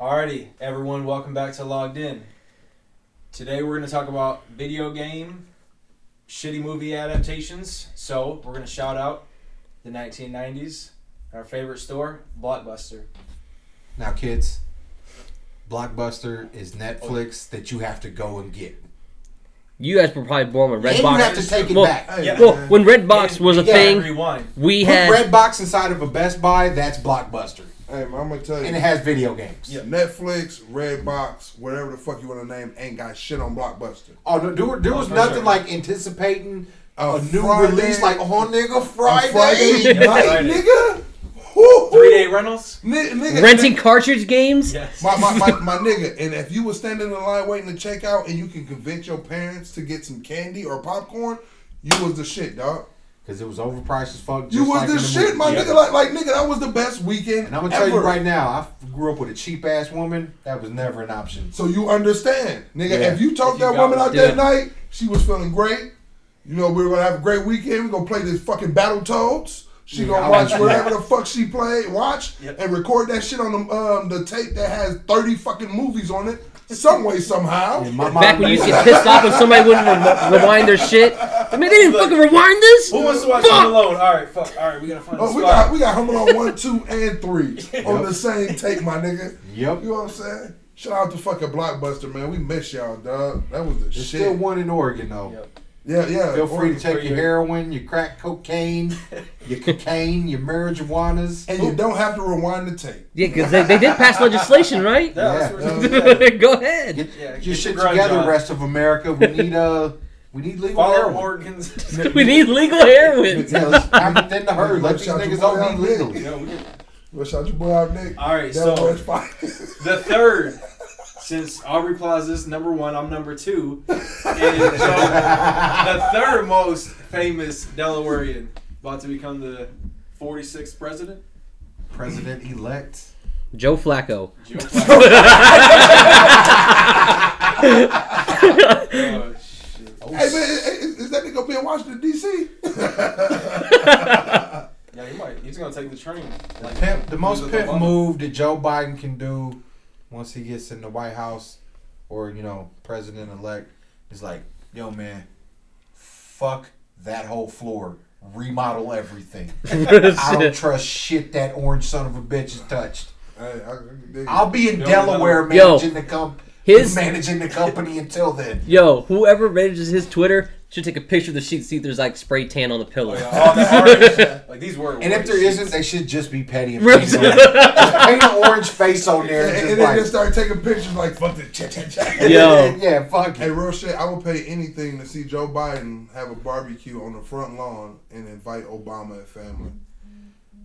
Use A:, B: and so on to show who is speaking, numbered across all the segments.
A: Alrighty, everyone, welcome back to Logged In. Today we're going to talk about video game, shitty movie adaptations. So we're going to shout out the 1990s, our favorite store, Blockbuster.
B: Now, kids, Blockbuster is Netflix that you have to go and get.
C: You guys were probably blown when
B: And
C: Redbox.
B: you have to take it
C: Well,
B: back.
A: Yeah.
C: Well, when Redbox
A: And
C: was a
A: we gotta
C: thing,
A: Rewind.
C: we
B: Put
C: had
B: Redbox inside of a Best Buy, that's Blockbuster.
D: Hey, man, I'm gonna tell you.
B: And it has video games.
A: Yeah.
D: Netflix, Redbox, whatever the fuck you want to name, ain't got shit on Blockbuster.
B: Oh, no, there, there was
A: for
B: nothing
A: sure.
B: like anticipating a,
D: A
B: new
D: Friday-
B: release, like, oh, nigga, Friday,
D: Friday
B: night,
A: Friday.
B: nigga. Woo-hoo.
A: Three day rentals?
D: Ni- nigga,
C: renting cartridge games.
A: Yes.
D: My, my, my, my nigga, and if you were standing in line waiting to check out and you can convince your parents to get some candy or popcorn, you was the shit, dog.
B: Because it was overpriced as fuck.
D: You
B: just
D: was
B: like
D: the
B: in
D: shit,
B: movie.
D: my
A: Yeah.
D: nigga. Like, like, nigga, that was the best weekend.
B: And I'm going to tell you
D: ever.
B: right now, I f- grew up with a cheap ass woman. That was never an option.
D: So you understand, nigga.
B: Yeah.
D: If you talked
A: If you
D: that
A: got
D: woman
A: one,
D: out that
C: yeah.
D: night, she was feeling great. You know, we were gonna have a great weekend. We're gonna play this fucking Battle Toads. She
B: Yeah, Mm, I
D: gonna watch
B: like that.
D: whatever the fuck she played, watch,
A: Yep.
D: and record that shit on the um, the tape that has thirty fucking movies on it, some way somehow.
B: And my mom
C: Back when you used to
B: made-
C: get pissed off when somebody wouldn't re- rewind their shit. I mean, they didn't fucking rewind this.
A: Who wants to watch
C: Fuck!
A: Home Alone? Alright, fuck. Alright, we gotta find a
D: Oh, we
A: spot.
D: got we got Home Alone one, two, and three on
B: Yep.
D: the same tape, my nigga.
B: Yep.
D: You know what I'm saying? Shout out to fucking Blockbuster, man. We miss y'all, dog. That was the
B: There's
D: shit.
B: still one in Oregon, though.
A: Yep.
D: yeah, yeah.
B: Feel free to
A: Oregon
B: take
A: free.
B: your heroin, your crack cocaine, your cocaine, your marijuanas.
D: and you don't have to rewind the tape.
C: Yeah, because they, they did pass legislation,
A: Yeah,
C: right?
A: that's what we're doing.
C: Go ahead.
B: Get
A: Yeah, get your
B: your shit
A: grunge
B: together,
A: on.
B: rest of America. We need uh, we need legal
A: Follow
B: heroin.
A: Morgan's.
C: We need legal heroin.
B: Yeah, let's I'm within the herd. Let these
D: Shout your
B: niggas
D: boy
B: all
D: out,
B: be legal.
D: nigga.
A: Yeah, we can-
D: Well, shout your boy out, Nick.
A: All right, so-
D: That boy's fire.
A: The third, since Aubrey Plaza's number one, I'm number two, and so the third most famous Delawarean, about to become the 46th president.
B: President elect.
C: Joe Flacco.
A: Joe Biden. oh, shit.
B: Oh,
D: hey, man, is, is that nigga be in Washington, D.C.?
A: Yeah, he might. He's gonna take the train.
B: the, pimp, the most
A: He's a
B: pimp
A: Obama.
B: move that Joe Biden can do once he gets in the White House or, you know, president elect is like, yo, man, fuck that whole floor. Remodel everything. I don't trust shit that orange son of a bitch has touched.
D: hey, I, I can dig it.
B: I'll be in
A: Yo,
B: Delaware
C: Yo.
B: managing the comp-
C: His-
B: managing the company until then.
C: Yo, whoever manages his Twitter should take a picture of the sheet. See if there's like spray tan on the pillow.
A: Oh, yeah. Oh, that orange. Like these were.
B: And if
A: orange
B: there
A: sheets.
B: isn't, they should just be petty and
C: Right.
B: paint, on it. Just paint an orange face on there and
D: and,
B: just
D: and then
B: like,
D: just start taking pictures like, fuck this, check, check, check.
C: Yo.
B: yeah, fuck
D: Hey,
B: it.
D: real shit, I would pay anything to see Joe Biden have a barbecue on the front lawn and invite Obama and family.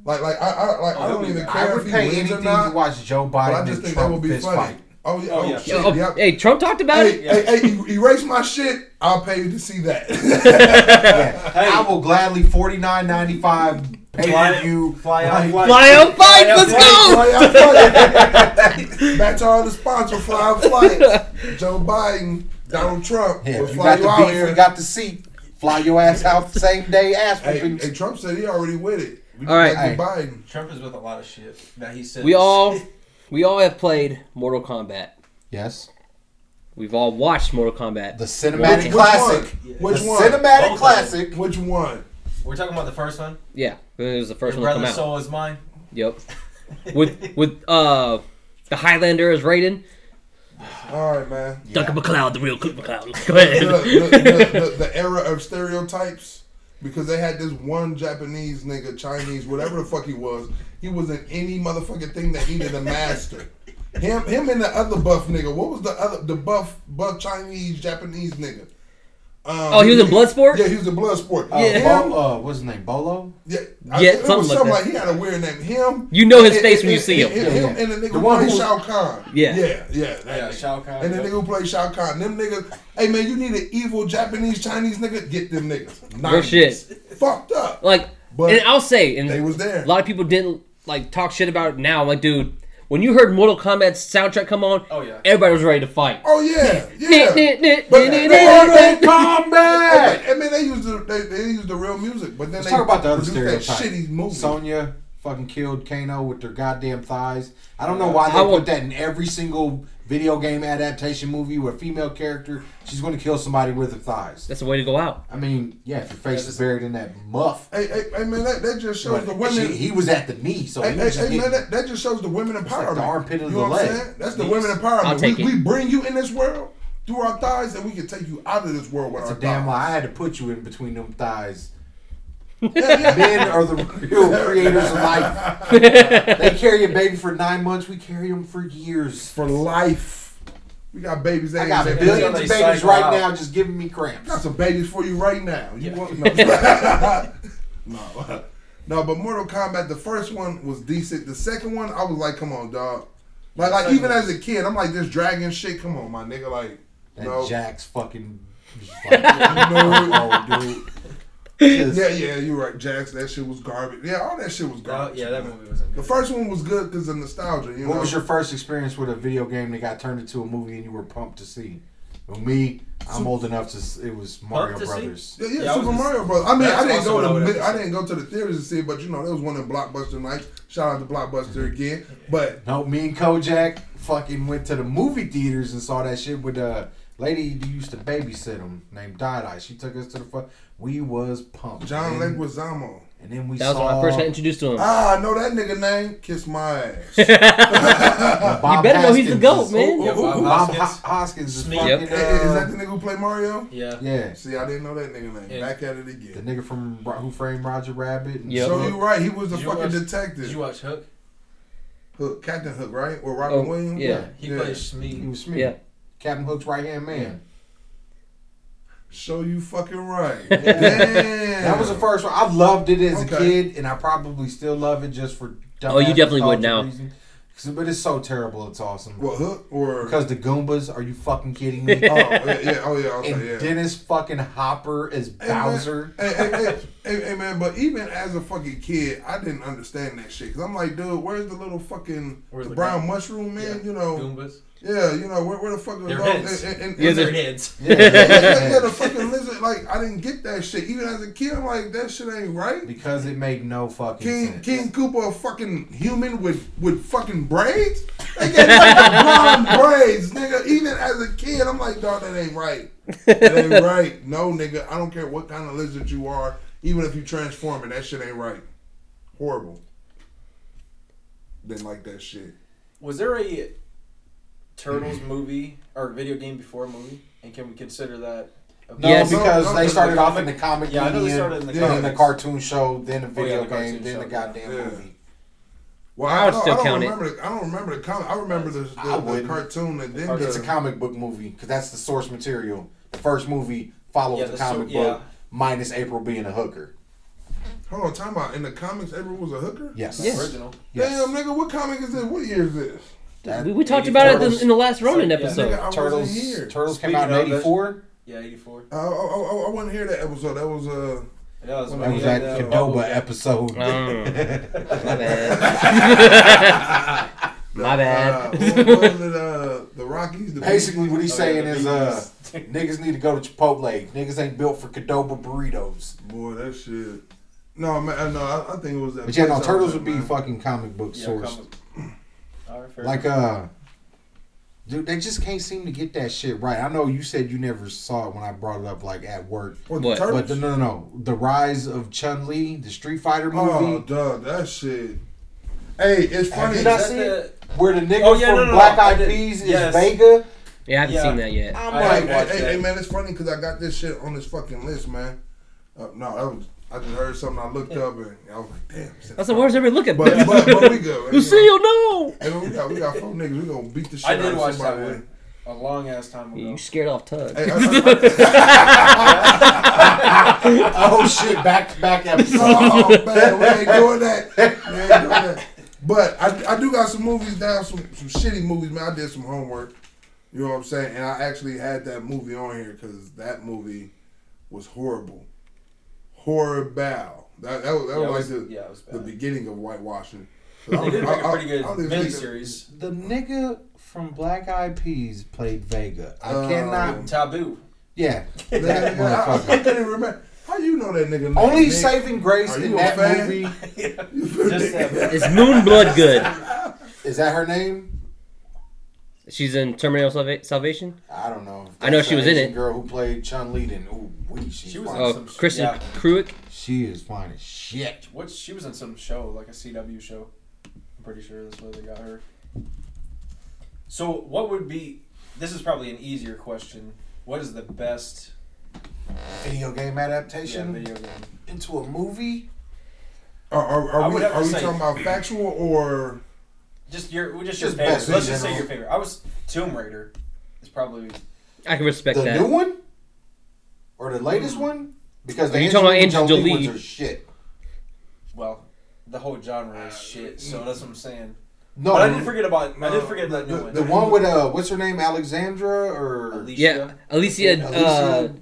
D: Like, like I, I, like, I
A: that'd
D: don't
A: be
D: even
A: nice.
B: Oh, I
D: care
B: would
D: if he
B: pay
D: wins
B: anything
D: or
B: to
D: not, but
B: watch Joe
D: I
B: Biden
D: just
B: and
D: think that would
B: Trump
D: be
B: fist
D: funny.
B: fight.
D: Oh, yeah,
A: Oh,
D: oh,
A: yeah.
D: shit,
C: Yo,
D: yep.
C: Hey, Trump talked about
D: Hey,
C: it.
A: Yeah.
D: hey, hey, you erase my shit. I'll pay you to see that.
B: Yeah.
A: Hey.
B: I will gladly forty nine ninety five pay
A: Fly-
B: you
A: fly out, fly,
C: Fly out fight,
A: out
C: let's
A: fight.
C: go.
D: Fly out flight. Back to our other sponsor, Fly Out Flight. Joe Biden, Donald Trump
B: Yeah,
D: will
B: if you
D: fly
B: got
D: you,
B: the
D: out
B: beef,
D: here.
B: you got the seat. Fly your ass out the same day. Ass
D: hey,
B: whooping.
D: hey, Trump said he already with it. We
C: All right.
D: back to Biden.
A: Trump is with a lot of shit that he said.
C: We all, we all have played Mortal Kombat.
B: Yes,
C: We've all watched Mortal Kombat.
B: the
C: Which
B: cinematic
C: one?
B: classic.
A: Yeah.
B: The
D: Which one?
B: cinematic
A: Both
B: classic.
D: Which one?
A: We're talking about the first one.
C: yeah, it was the first
A: Your
C: one to come
A: brother's
C: out.
A: soul is mine.
C: Yep. With with uh the Highlander as Raiden,
D: All right, man.
C: Duncan McLeod, the real Cook McLeod. Go
D: The,
C: ahead.
D: the, the, the, the era of stereotypes because they had this one Japanese nigga, Chinese, whatever the fuck he was. He was in any motherfucking thing that needed a master. Him, him, and the other buff nigga. What was the other, the buff, buff Chinese Japanese nigga? Um,
C: Oh, he was in Bloodsport?
D: Yeah, he was in Bloodsport.
B: Uh,
C: Yeah.
D: Him-
B: Bo- uh, what's his name? Bolo.
D: yeah,
C: Yeah,
D: I, it
C: something
D: was
C: like
D: something
C: that.
D: like he had a weird name. Him,
C: You know his
D: and-
C: face
D: and-
C: when you
D: and-
C: see him.
D: and- and
B: Yeah,
D: him
B: yeah.
D: and the nigga
B: The
D: who
B: one
D: played
B: who-
D: Shao Kahn.
C: Yeah.
D: yeah, yeah, that
A: Yeah,
D: nigga.
A: Shao Kahn.
D: And the nigga who played Shao Kahn, them niggas. Hey man, you need an evil Japanese Chinese nigga, get them niggas.
C: Real shit.
D: Fucked up.
C: Like,
D: But
C: and I'll say, and
D: They was there.
C: a lot of people didn't like talk shit about it now. I'm like, dude, when you heard Mortal Kombat's soundtrack come on,
A: Oh, yeah.
C: everybody was ready to fight.
D: Oh yeah,
C: Nah,
D: yeah. Oh,
C: nah, nah,
D: But-
C: nah, nah, nah.
B: Mortal Kombat.
D: I mean, they used the they, they used the real music, but then
B: Let's
D: they
B: talk about the other
D: produced that
B: stereotype.
D: shitty movie.
B: Sonya fucking killed Kano with their goddamn thighs. I don't know why they
C: I
B: put
C: would-
B: that in every single video game adaptation movie where a female character she's going to kill somebody with her thighs.
C: That's the way to go out.
B: I mean, yeah, if your face
A: That's
B: is buried in that muff.
D: Hey, hey, hey man, that, that just shows
B: but
D: the women.
B: she- he was at the knee, so
D: Hey,
B: he
D: hey,
B: was
D: hey,
B: just
D: man,
B: getting-
D: that, that just shows the women empowerment.
B: like the armpit of
D: you
B: the
D: know what I'm
B: leg.
D: saying? That's the women empowerment.
C: I'll take
D: we,
C: it.
D: we bring you in this world through our thighs, and we can take you out of this world with
B: It's a
D: our
B: damn
D: thighs.
B: lie. I had to put you in between them thighs.
D: Yeah, yeah.
B: Men are the real creators of life. they carry a baby for nine months. We carry them for years.
D: for life. We got babies. that
B: I got
D: ain't-
B: billions of
A: They
B: babies
A: cycle
B: right
A: out.
B: now just giving me cramps.
D: got some babies for you right now. You
A: Yeah.
D: want no. no. No, but Mortal Kombat, the first one was decent. The second one, I was like, come on, dog. Like, like even as a kid, I'm like, this dragon shit, come on, my nigga. Like,
B: That
D: no.
B: Jack's fucking. he's like,
D: no.
B: oh, dude. Just-
D: Yeah, yeah, you're right, Jax. That shit was garbage. Yeah, all that shit was
A: Oh,
D: garbage.
A: yeah, that
D: man.
A: movie wasn't
D: The
A: good.
D: first one was good because of nostalgia, you
B: What
D: know.
B: was your first experience with a video game that got turned into a movie and you were pumped to see? Well, me, I'm old enough to. s- It was Mario
A: to see?
B: Brothers.
D: Yeah, yeah,
A: Yeah, I
D: Super
A: was just-
D: Mario Bros. I mean,
A: That's
D: I didn't
A: also
D: go
A: what I
D: to
A: would've
D: mid- I
A: said.
D: didn't go to the theaters to see it, but you know, there was one in Blockbuster nights. Shout out to Blockbuster again. But
B: No, me and Kojak fucking went to the movie theaters and saw that shit with a lady who used to babysit him named Dada. She took us to the fuck. We was pumped.
D: John
A: Mm-hmm.
B: and,
D: Leguizamo.
B: and then we
C: That was
B: saw
C: when I first got introduced to him.
D: Ah, I know that nigga name. Kiss my ass. Hey,
B: the Bob
C: better know he's the
B: Hoskins.
C: GOAT, man.
A: Yeah, Bob
B: Bob
A: Hoskins.
B: Ho- Hoskins is
A: Sneak.
B: fucking.
C: Yep.
B: uh,
D: Is that the nigga who played Mario?
A: Yeah.
B: yeah.
D: See, I didn't know that nigga name.
A: Yeah.
D: Back at it
B: The
D: again.
B: nigga from Ro- Who Framed Roger Rabbit. and
C: Yep.
D: So
B: Hook.
D: you right, he was the
A: Did uh, you
D: fucking
A: watch- Did
D: detective.
A: you watch Hook?
D: Hook, Captain Hook, right? Or Robin
C: Oh,
D: Williams?
C: yeah.
A: He
D: Yeah.
A: plays
B: He
A: Smee.
B: was Smith.
C: Yeah.
B: Captain Hook's right hand man.
D: Show you fucking right. Damn.
B: That was the first one. I loved it as a
D: Okay.
B: kid, and I probably still love it just for dumb
C: Oh, you definitely would now.
B: but it's so terrible. It's awesome
D: What Hook or
B: because the Goombas. Are you fucking kidding me?
D: Oh yeah, yeah, oh yeah, okay,
B: and
D: yeah.
B: Dennis fucking Hopper as
D: Hey, man.
B: Bowser.
D: Hey, hey, hey, hey, hey, man, but even as a fucking kid, I didn't understand that shit. Cause I'm like, dude, where's the little fucking
A: Where's
D: the
A: the
D: brown mushroom, man?
A: Yeah.
D: You know,
A: Goombas.
D: yeah, you know, where, where the fuck are
A: Their
D: those-
A: heads.
D: And, and, and,
C: Yeah,
D: and-
A: Their
C: they're-
A: heads.
D: yeah, yeah, yeah,
B: Yeah.
D: the fucking lizard. Like, I didn't get that shit. Even as a kid, I'm like, that shit ain't right.
B: because it made no fucking
D: King
B: sense.
D: King Cooper, a fucking human with with fucking braids. They gave him fucking blonde braids, nigga. Even as a kid, I'm like, dog, that ain't right. That ain't right. No, nigga, I don't care what kind of lizard you are. Even if you transform it, that shit ain't right. Horrible. Didn't like that shit.
A: Was there a Turtles movie or video game before a movie? And can we consider that? a-
B: No,
C: Yes.
B: because
D: No, no,
B: they
D: no,
B: started
A: no,
B: off
A: no.
B: in the comic
A: Yeah, I know they
B: medium,
A: started in the
B: then in the
D: comics.
B: cartoon show, then the
A: Oh, yeah,
B: video
A: the cartoon
B: game, then
A: show,
B: the
A: yeah.
B: goddamn
D: Yeah.
B: movie.
D: Well,
C: I
D: I,
C: would
D: don't,
C: still
D: Oh, I don't
C: count it.
D: remember. The, I don't remember the comic. I remember the, the,
B: I
D: the
B: wouldn't. Oh,
D: cartoon and then
A: Or
D: the,
B: It's a comic book movie because that's the source material. The first movie follows
A: Yeah,
B: the
A: the
B: comic
A: so- yeah.
B: book minus April being a hooker.
D: hold on, time out. In the comics, April was a hooker.
B: Yes.
C: Yes.
A: Original.
B: Yes.
D: Damn, nigga, what comic is this? What year is this?
B: That-
C: we, we talked
A: Maybe
C: about it
B: Turtles.
C: in the last Ronin
A: Yeah.
D: Nigga,
C: episode.
D: I
B: Turtles.
D: wasn't here.
B: Turtles came
A: Speaking
B: out in
A: of, that's-
B: '84.
A: Yeah, 84.
D: I, I, I, I wasn't here that episode. That was uh
A: Yeah, that was,
D: That
A: when
B: That
A: he
B: was that
A: had, uh,
B: Cadoba episode.
C: Mm. my bad. my
D: uh,
C: bad.
D: what was it, uh, the Rockies. The
B: Basically, what
A: Oh,
B: he's
A: yeah,
B: saying
A: the
B: is, uh, niggas need to go to Chipotle. Niggas ain't built for Cadoba burritos.
D: boy, that shit. No, man, uh, no, I, I think it was that.
B: But yeah, no,
D: place I
B: Turtles
D: was at,
B: would be
D: man.
B: fucking comic book
A: yeah,
B: source.
A: comic- All right, fair
B: Like, uh, dude, they just can't seem to get that shit right. I know you said you never saw it when I brought it up, like at work.
D: Or the
C: What?
D: Turtles.
B: But the, no, no, no. The Rise of Chun Li, the Street Fighter
D: oh,
B: movie,
D: duh, that shit. Hey, it's
B: Have
D: funny.
B: you not
A: Is that
B: seen
A: the-
B: where the nigga
A: Oh, yeah,
B: from
A: no, no, no.
B: Black
A: I
B: Eyed
A: did-
B: Peas is
A: yes.
B: Vega.
C: Yeah, I haven't
A: Yeah.
C: seen that yet.
B: I'm
A: I
B: like,
A: haven't watched
D: hey,
A: that.
D: hey, man, it's funny because I got this shit on this fucking list, man. Uh, no, that was I just heard something. I looked up and I was like, damn.
C: I said, where's everybody looking?
D: But, but, but we good.
C: Lucille, no!
D: Hey, man, we got we got four niggas. We gonna beat the shit
A: I
D: out
A: did
D: of
A: watch that
D: somebody.
A: one a long ass time ago.
C: You scared off Tug.
D: Hey, I- I- I-
B: oh shit, back to back episode.
D: oh man, we ain't doing that. We ain't doing that. But I, I do got some movies down, some some shitty movies, man. I did some homework. You know what I'm saying? And I actually had that movie on here because that movie was horrible, horrible. That that was, that
A: yeah, it
D: was
A: was,
D: like the,
A: yeah, it was bad.
D: the beginning of whitewashing.
A: they did make a pretty good
D: I don't even think that-
A: miniseries.
B: the nigga from Black Eyed Peas played Vega. I
D: Oh.
B: cannot.
A: Taboo.
B: Yeah,
D: Yeah,
B: that
D: yeah, I, I
B: motherfucker.
D: couldn't remember. How How you know that nigga? name?
B: Only
D: Nick?
B: saving grace
D: Are you
B: in
D: a
B: that
D: fan?
B: movie
A: Just that.
C: Is Moonblood good?
B: is that her name?
C: She's in Terminal Salva- Salvation.
B: I don't know.
C: I know
B: That's
C: she
B: the
C: was in
B: Asian
C: it.
B: Girl who played Chun Li. Then ooh, wee, she's
A: She was in-
B: fine.
C: Oh,
A: Some sh-
C: Kristen
A: yeah.
C: Kruick.
B: she is fine as shit.
A: What she was in some show, like a CW show. I'm pretty sure that's where they got her. So what would be this is probably an easier question. What is the best
B: Video game
A: yeah,
B: adaptation
A: video game?
B: into a movie.
D: Are, are, are
A: I
D: we,
A: would have
D: are
A: to
D: we
A: say-
D: talking about factual or
A: Just your we just,
B: Just
A: your favorite.
B: best in
A: Let's just say
B: general.
A: your favorite. I was Tomb Raider is probably
C: I can respect
B: the
C: that.
B: new one or the
A: Hmm.
B: latest one? Because the
C: Are you talking about Angelina
B: Jolie
C: Jolie?
B: ones are shit.
A: well, the whole genre is shit. So that's what I'm saying.
B: No,
A: but I did forget about I
D: no,
A: did forget that new
B: the,
A: one.
B: the one with uh, what's her name, Alexandra or
A: Alicia.
C: Yeah, Alicia, uh,
B: Alicia-
A: The-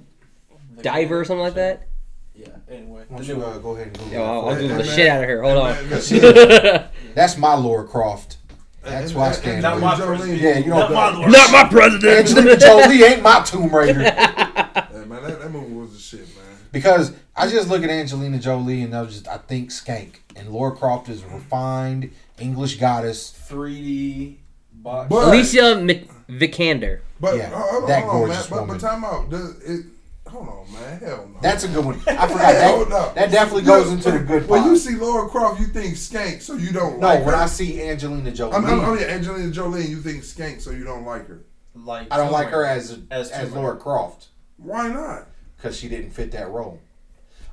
C: Diver or something like that.
A: Yeah. Anyway,
B: Why
A: the
B: don't
A: new
B: you uh,
A: one.
B: go ahead and Google
C: Yo, I'll,
B: that for
C: I'll
D: Hey,
B: us?
C: Google
D: hey,
C: the
D: man.
C: shit out of her. Hold
D: Hey,
C: on.
D: man.
B: That's my Laura Croft. That's why I stand
A: Not
B: with
A: my
B: you.
A: president.
B: Yeah, you
A: Not
B: don't.
A: my lord.
C: Not my president.
B: Angelina Jolie ain't my Tomb Raider
D: Hey, man, that, that movie was the shit, man.
B: because I just look at Angelina Jolie and I was just I think skank and Laura Croft is a refined English goddess.
A: 3D box.
D: But-
C: Alicia Mc- Vikander.
D: But uh,
B: Yeah,
D: hold, hold
B: that
D: on,
B: gorgeous
D: man.
B: woman.
D: But, but time out. Does it, hold on, man. Hell no.
B: That's a good one. I forgot
D: Hell
B: that.
D: no.
B: That definitely goes
D: You-
B: into the good.
D: When
B: pile.
D: you see Laura Croft, you think skank, so you don't
B: No,
D: like
B: when
D: her.
B: I see Angelina Jolie,
D: I'm,
B: I'm,
D: I'm, I'm yeah, Angelina Jolie, you think skank, so you don't like her.
A: like
B: I do not like her
A: somewhere.
B: as as,
A: As Tomb
B: Laura Croft
D: Why not?
B: because she didn't fit that role.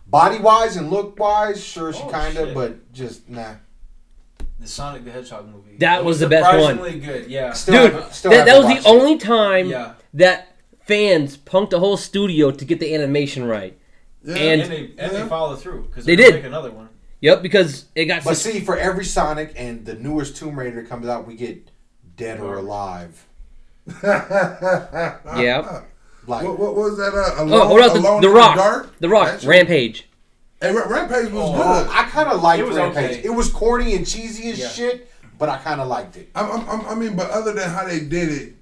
B: Body wise and look wise, sure she
A: Oh,
B: kind of,
A: shit.
B: but just nah.
A: the Sonic the Hedgehog movie.
C: That
A: It
C: was the best one.
A: Surprisingly good. Yeah.
B: Still
C: Dude,
B: haven't-
C: that,
B: still haven't
C: that was
B: watched
C: the
B: it.
C: only time
A: Yeah.
C: that fans punked the whole studio to get the animation right.
D: Yeah.
C: And-
A: And they and they
D: Yeah.
A: follow through because
C: They
A: they
C: did.
A: did make another one.
C: Yep, because it got.
B: But
C: sus-
B: see, for every Sonic and the newest Tomb Raider that comes out, we get Dead or Alive.
C: yeah.
B: Like
D: what, what was that? Uh, alone,
C: Oh, hold on.
D: alone
C: The, the
D: in
C: Rock.
D: The, dark?
C: The Rock.
D: That shit-
C: Rampage.
D: Hey, Ra- Rampage was
A: Oh.
D: good.
B: I kind of liked
A: It was
B: Rampage.
A: okay.
B: It was corny and cheesy as
A: Yeah.
B: shit, but I kind of liked it.
D: I'm, I'm, I'm, I mean, but other than how they did it,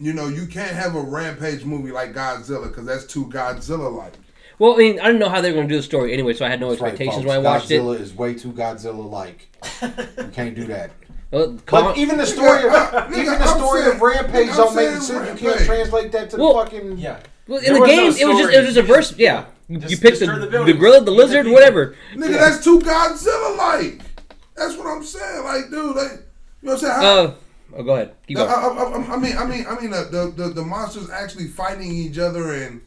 D: you know, you can't have a Rampage movie like Godzilla because that's too Godzilla like.
C: Well, I mean, I didn't know how they were going to do the story anyway, so I had no
B: That's right,
C: expectations
B: folks.
C: when I watched it.
B: Godzilla is way too Godzilla like. you can't do that.
C: Well,
B: But
C: Kong-
B: even the story, of,
D: Nigga,
B: even the
D: I'm
B: story
D: saying-
B: of Rampage
D: nigga, I'm
B: don't make
D: saying
B: sense. You can't
D: Rampage.
B: translate that to the
C: Well,
B: fucking.
A: Yeah.
C: well, in
A: There
C: the
A: was no
C: game, it was just it was just a
A: story.
C: verse. Yeah, you,
A: Just
C: you picked the,
A: destroy the
C: the,
A: building.
C: gorilla, the
A: Eat the
C: lizard,
A: people.
C: whatever.
D: Nigga, that's too Godzilla like. That's what I'm saying. Like, dude, like, you know what I'm saying? How-
C: Uh, oh, go ahead. Keep
D: I,
C: going.
D: I, I, I mean, I mean, I mean, uh, the, the the monsters actually fighting each other and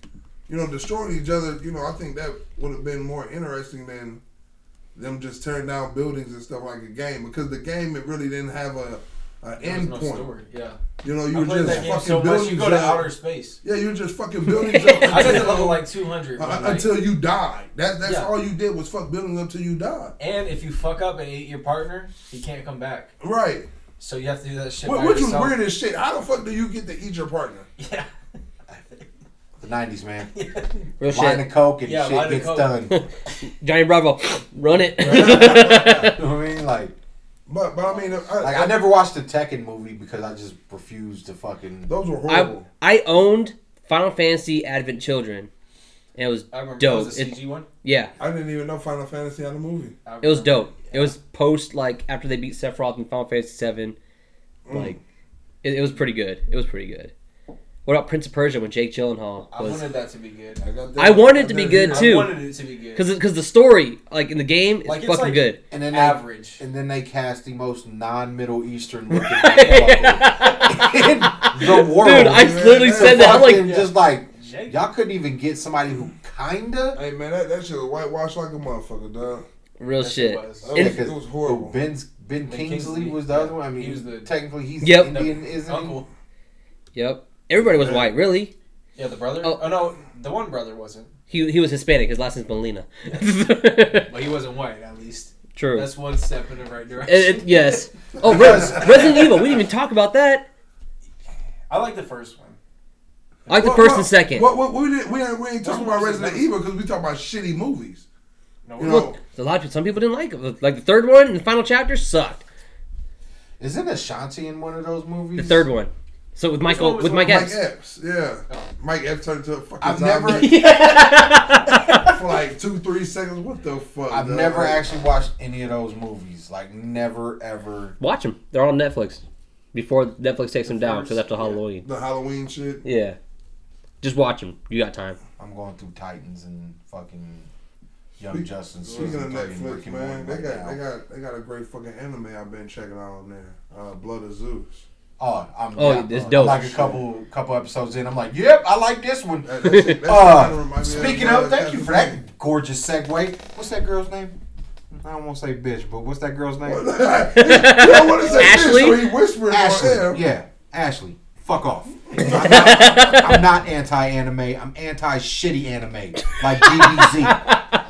D: you know destroying each other. You know, I think that would have been more interesting than them just tearing down buildings and stuff like a game because the game it really didn't have a an
A: There was
D: end
A: no
D: point.
A: story. Yeah.
D: You know, you
A: I
D: were
A: played
D: just
A: that game
D: fucking
A: so much.
D: buildings
A: You go to
D: up.
A: outer space.
D: Yeah, you're just fucking buildings up
A: I got to
D: until,
A: level like 200.
D: uh,
A: but, like-
D: until you die. That that's
A: Yeah.
D: all you did was fuck buildings up till you died.
A: and if you fuck up and eat your partner, he can't come back.
D: Right.
A: So you have to do that shit.
D: Wh-
A: by
D: Which was
A: yourself.
D: weird as shit. How the fuck do you get to eat your partner?
A: Yeah.
B: The nineties, man.
C: Real
B: Line
C: shit.
B: of coke and
A: Yeah,
B: shit
A: line of
B: gets
A: coke.
B: done. you
C: Johnny Bravo, run it.
B: know what I mean? Like,
D: But but I mean, I,
B: like I never watched the Tekken movie because I just refused to fucking.
D: those were
C: I
D: horrible.
C: I owned Final Fantasy Advent Children, and it was
A: I remember
C: Dope.
A: Dope. was a
C: It-
A: CG one.
C: yeah,
D: I didn't even know Final Fantasy had a movie.
A: I
C: it was
A: remember.
C: dope. It was post like after they beat Sephiroth in Final Fantasy Seven, like it, it was pretty good. It was pretty good. What about Prince of Persia when Jake Gyllenhaal
A: I
C: was?
A: wanted that to be good.
D: got
C: I wanted it to be good,
D: here.
C: too.
A: I wanted it to be good.
C: Because because the story like in the game is
A: Like, it's
C: fucking
A: like-
C: good.
B: and then they,
A: average.
B: and then they cast the most non Middle Eastern looking motherfucker in the world.
C: Dude, I literally
D: man.
C: said that. I'm
B: Fucking
C: like,
B: just like
A: Jake.
B: y'all couldn't even get somebody who kinda.
D: Hey man, that, that shit was whitewashed like a motherfucker, dog.
C: real
A: Yes, it
C: shit.
A: was.
D: That
C: And-
D: was, it was horrible.
B: Ben Ben
A: Ben
B: Kingsley,
A: Kingsley,
B: was the other one. I
A: yeah.
B: mean,
A: He was the-
B: technically he's
C: Yep.
B: Indian, isn't he?
A: Uncle.
C: Yep. Everybody was
D: Yeah.
C: white, really.
A: Yeah, the brother.
C: Oh.
A: Oh. no, the one brother wasn't.
C: He he was Hispanic. His last name's Molina.
A: But he wasn't white, at least.
C: True.
A: That's one step in the right direction.
C: It- it- yes. Oh, Res- Resident Evil. We didn't even talk about that.
A: I like the first one.
C: I like the
D: What-
C: first
D: what-
C: and second.
D: What, what, we didn't we ain't, we ain't talking
A: Those
D: about
A: movies
D: Resident
A: never-
D: Evil because we talking about shitty movies.
A: No,
D: You
A: we're-
D: know,
C: A lot of people, some people didn't like it. Like the third one and the final chapter sucked.
B: Isn't Ashanti in one of those movies?
C: The third one So with
A: Which
C: Michael,
A: one was
C: with
A: the
C: Mike
A: one-
C: Epps.
D: Mike Epps, yeah. Mike Epps turned into a fucking
B: I've
D: zombie
B: never-
D: for like two, three seconds. What the fuck?
B: I've
D: dog?
B: never
D: Like,
B: actually watched any of those movies. Like never ever.
C: Watch them. They're on Netflix. Before Netflix takes them down, because
A: first-
C: after
A: yeah.
C: Halloween.
D: the Halloween shit.
C: Yeah. Just watch them. You got time.
B: I'm going through Titans and fucking Young
D: Speak-
B: Justice.
D: Speaking of
B: season three and
D: Netflix,
B: Rick and
D: man,
B: Morty
D: they
B: right
D: got they
B: now.
D: got they got a great fucking anime I've been checking out on there. Uh, Blood of Zeus.
B: Oh, I'm
C: Oh,
B: yeah,
C: it's
B: uh,
C: dope.
B: Like a couple couple episodes in, I'm like, yep, I like this one.
D: That, that shit- that shit kinda remind me
B: Uh,
D: of
B: speaking
D: Blood
B: of, thank you for
D: Academy.
B: that gorgeous segue. What's that girl's name? I don't want to say bitch, but what's that girl's name?
D: I want to say
C: Ashley?
D: Ashley. So he whispered
B: Ashley.
D: on him.
B: Yeah, Ashley. Fuck off. I'm not, I'm not anti-anime. I'm anti-shitty anime, like DBZ.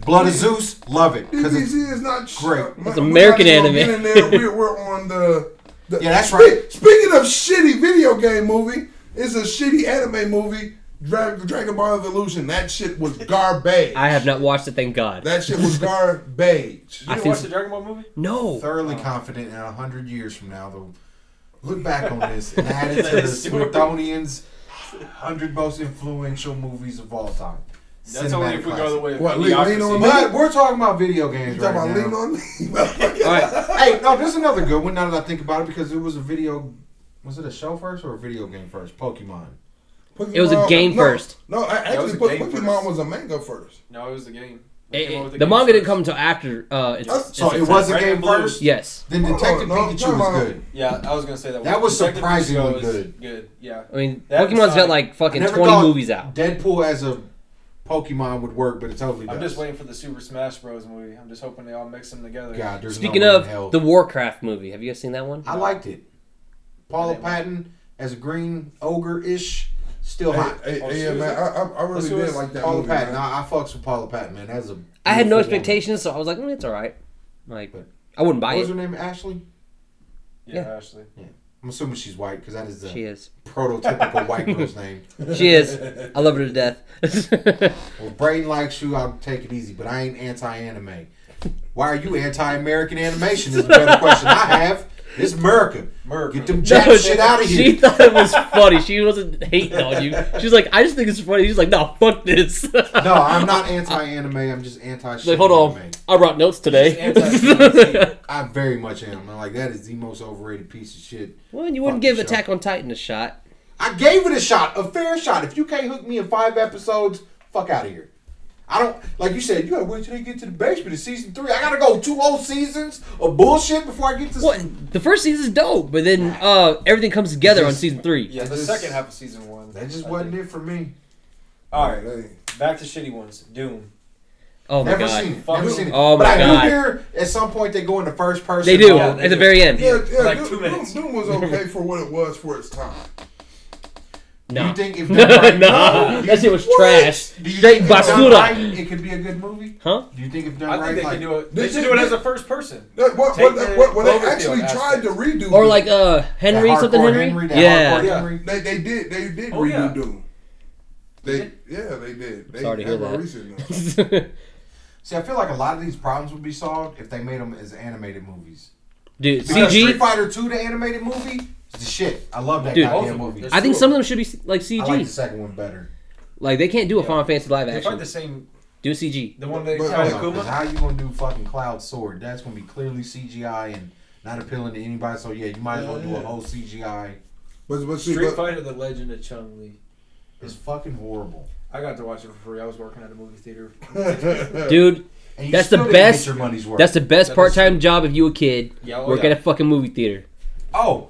B: Blood of Zeus, love it because
D: DBZ
B: it's
D: is not sh-
B: great.
D: my-
C: It's American
D: we're not
C: anime.
D: even getting there. We're, we're on the, the-
B: Yeah, that's
D: Spe-
B: right.
D: Speaking of shitty video game movie, it's a shitty anime movie. Dra- Dragon Ball Evolution. That shit was garbage.
C: I have not watched it, thank God.
D: That shit was garbage.
A: You
C: I
A: didn't
C: think-
A: watch the Dragon Ball movie?
C: no.
B: thoroughly confident in a hundred years from now they'll look back on this and add it to
A: That
B: the
A: is stupid.
B: Smithsonian's hundred most influential movies of all time.
A: That's only if we go the way of
D: What, lean-
A: mediocrity.
D: lean on
B: But we're talking about video games
D: You
B: right
D: talking about
B: now.
D: lean on me?
C: All right.
B: hey, no, this is another good one. Now that I think about it, because it was a video. Was it a show first or a video game first? Pokemon.
C: It was a
D: Pokemon-
C: game
D: no,
C: first.
D: No, I
A: was
D: actually,
A: a
D: put
A: game
D: Pokemon
A: first.
D: was a manga first.
A: No, it was the game. They
C: It-
A: came up
C: it-
A: with
C: the
A: game
C: manga didn't
A: first.
C: come until after. Uh, it's,
D: That's-
C: it's
B: So it
C: it's-
B: was a
A: Red
B: game
A: and blue.
B: first.
C: Yes.
B: Then
D: Hold
B: Detective
D: on, Oh, no, I'm
B: Pikachu
D: talking
B: was
D: about-
B: good.
A: Yeah, I was gonna say that.
B: That was
A: Detective
B: surprisingly
A: Pikachu is
B: good.
A: Good, yeah.
C: I mean,
A: That was
C: Pokemon's got
A: Sonic.
C: like fucking
B: Never
C: 20
B: thought
C: movies out.
B: Deadpool as a Pokemon would work, but it totally does.
A: I'm just waiting for the Super Smash Bros. movie. I'm just hoping they all mix them together.
B: God, there's
C: Speaking
B: no way in hell.
C: of the Warcraft movie, have you guys seen that one?
B: I liked it. Paula Patton as a green ogre ish, still
D: Hey,
B: hot.
D: hey,
A: Oh,
D: hey,
A: she
D: yeah,
A: was
D: man,
A: a-
D: I, I, I really
A: she
D: did
A: was
D: like that
B: Paula
D: movie.
B: Patton,
D: man.
B: I, I fucks with Paula Patton, man. That's a
C: I had
B: beautiful
C: no
B: woman.
C: expectations, so I was like, mm, it's all right. Like,
B: But-
C: I wouldn't buy
B: What was
C: it.
B: her name? Ashley.
A: Yeah,
C: Yeah.
A: Ashley.
B: I'm assuming she's white because that is the
C: She is.
B: prototypical white girl's name.
C: She is. I love her to death.
B: Well, Brayden likes you. I'll take it easy, but I ain't anti-anime. Why are you anti-American animation? Is a better question I have. It's America.
A: Merc.
B: Get them jack shit out of
C: She
B: here.
C: thought it was funny. She wasn't hating on you. She was like, I just think it's funny. She's like, no, fuck this.
B: No, I'm not anti-anime. I'm just anti-shit.
C: like, hold on.
B: anime.
C: I brought notes today.
A: She's anti-CNC.
B: I very much am. I'm like that is the most overrated piece of shit.
C: well, you
B: Fuck
C: wouldn't give
B: the show.
C: Attack on Titan a shot.
B: I gave it a shot, a fair shot. If you can't hook me in five episodes, fuck out of here. I don't like you said. You gotta wait till they get to the basement of season three. I gotta go two whole seasons of bullshit before I get to.
C: What? The first season's dope, but then uh, everything comes together on season three.
A: Yeah, the
B: That just-
A: second half of season one.
B: That just
A: I
B: wasn't
A: think.
B: it for me.
A: All right,
D: Hey,
A: back to shitty ones. Doom.
C: Oh my
B: Never
C: god.
B: seen it.
A: Fuck
B: Never
A: you.
B: seen it.
C: Oh my
B: but I
C: God.
B: do hear at some point they go into first person.
C: They do
A: Yeah,
B: mode.
A: they
C: at the
A: do.
C: very end.
D: Yeah, yeah,
A: Like
D: Doom,
A: two
D: Doom,
A: minutes.
D: Doom was okay for what it was for its time.
C: No.
B: You think if
C: no,
B: done right,
C: no, that shit was trash.
B: Do you
C: Straight
B: think if done
C: basura.
B: right, it could be a good movie.
C: Huh?
B: Do you think if done
A: I
B: right,
A: think they
B: like,
A: can do it.
D: They
A: They should
D: should
A: do it
D: get-
A: as a first person.
D: That- What,
A: Take
D: what,
A: the
D: what, what, they
A: Cloverfield
D: actually tried
A: aspect.
D: to redo
C: Or
D: Doom.
C: like uh
B: that
C: Henry something
B: hardcore
C: Henry?
B: that
C: yeah.
B: hardcore
A: Yeah.
B: Henry?
D: they, they did they did
A: Oh,
D: redo
A: yeah.
D: Doom. They yeah they did. They
C: Sorry to hear
D: have
C: that.
D: a reason now.
B: See, I feel like a lot of these problems would be solved if they made them as animated movies.
C: Dude,
B: Because Street
C: CG.
B: Fighter Two, the animated movie, is the shit. I love that
C: Dude,
A: both
B: goddamn
A: of them.
B: movie.
A: There's-
C: I think some of them should be like CG.
B: I
C: Like,
B: like the second one better.
C: they can't do a
A: Yeah.
C: Final Fantasy live
A: They fight
C: action.
A: the same.
C: Do CG.
A: The one they
D: But-
A: fight
D: but-
B: Because
A: Akuma.
B: how you gonna do fucking Cloud Sword? That's gonna be clearly CGI and not appealing to anybody. So yeah, you might as well do a
D: Yeah.
B: whole CGI.
D: But but see,
A: Street
D: but,
A: Fighter: The Legend of Chun Li.
B: It's fucking horrible.
A: I got to watch it for free. I was working at a movie theater.
C: Dude,
B: And you
C: That's the
B: still didn't get
C: best-
B: your money's worth.
C: that's the best
A: That is
C: part time job if you a kid.
A: Yeah, oh,
C: work
A: yeah.
C: at a fucking movie theater.
B: oh.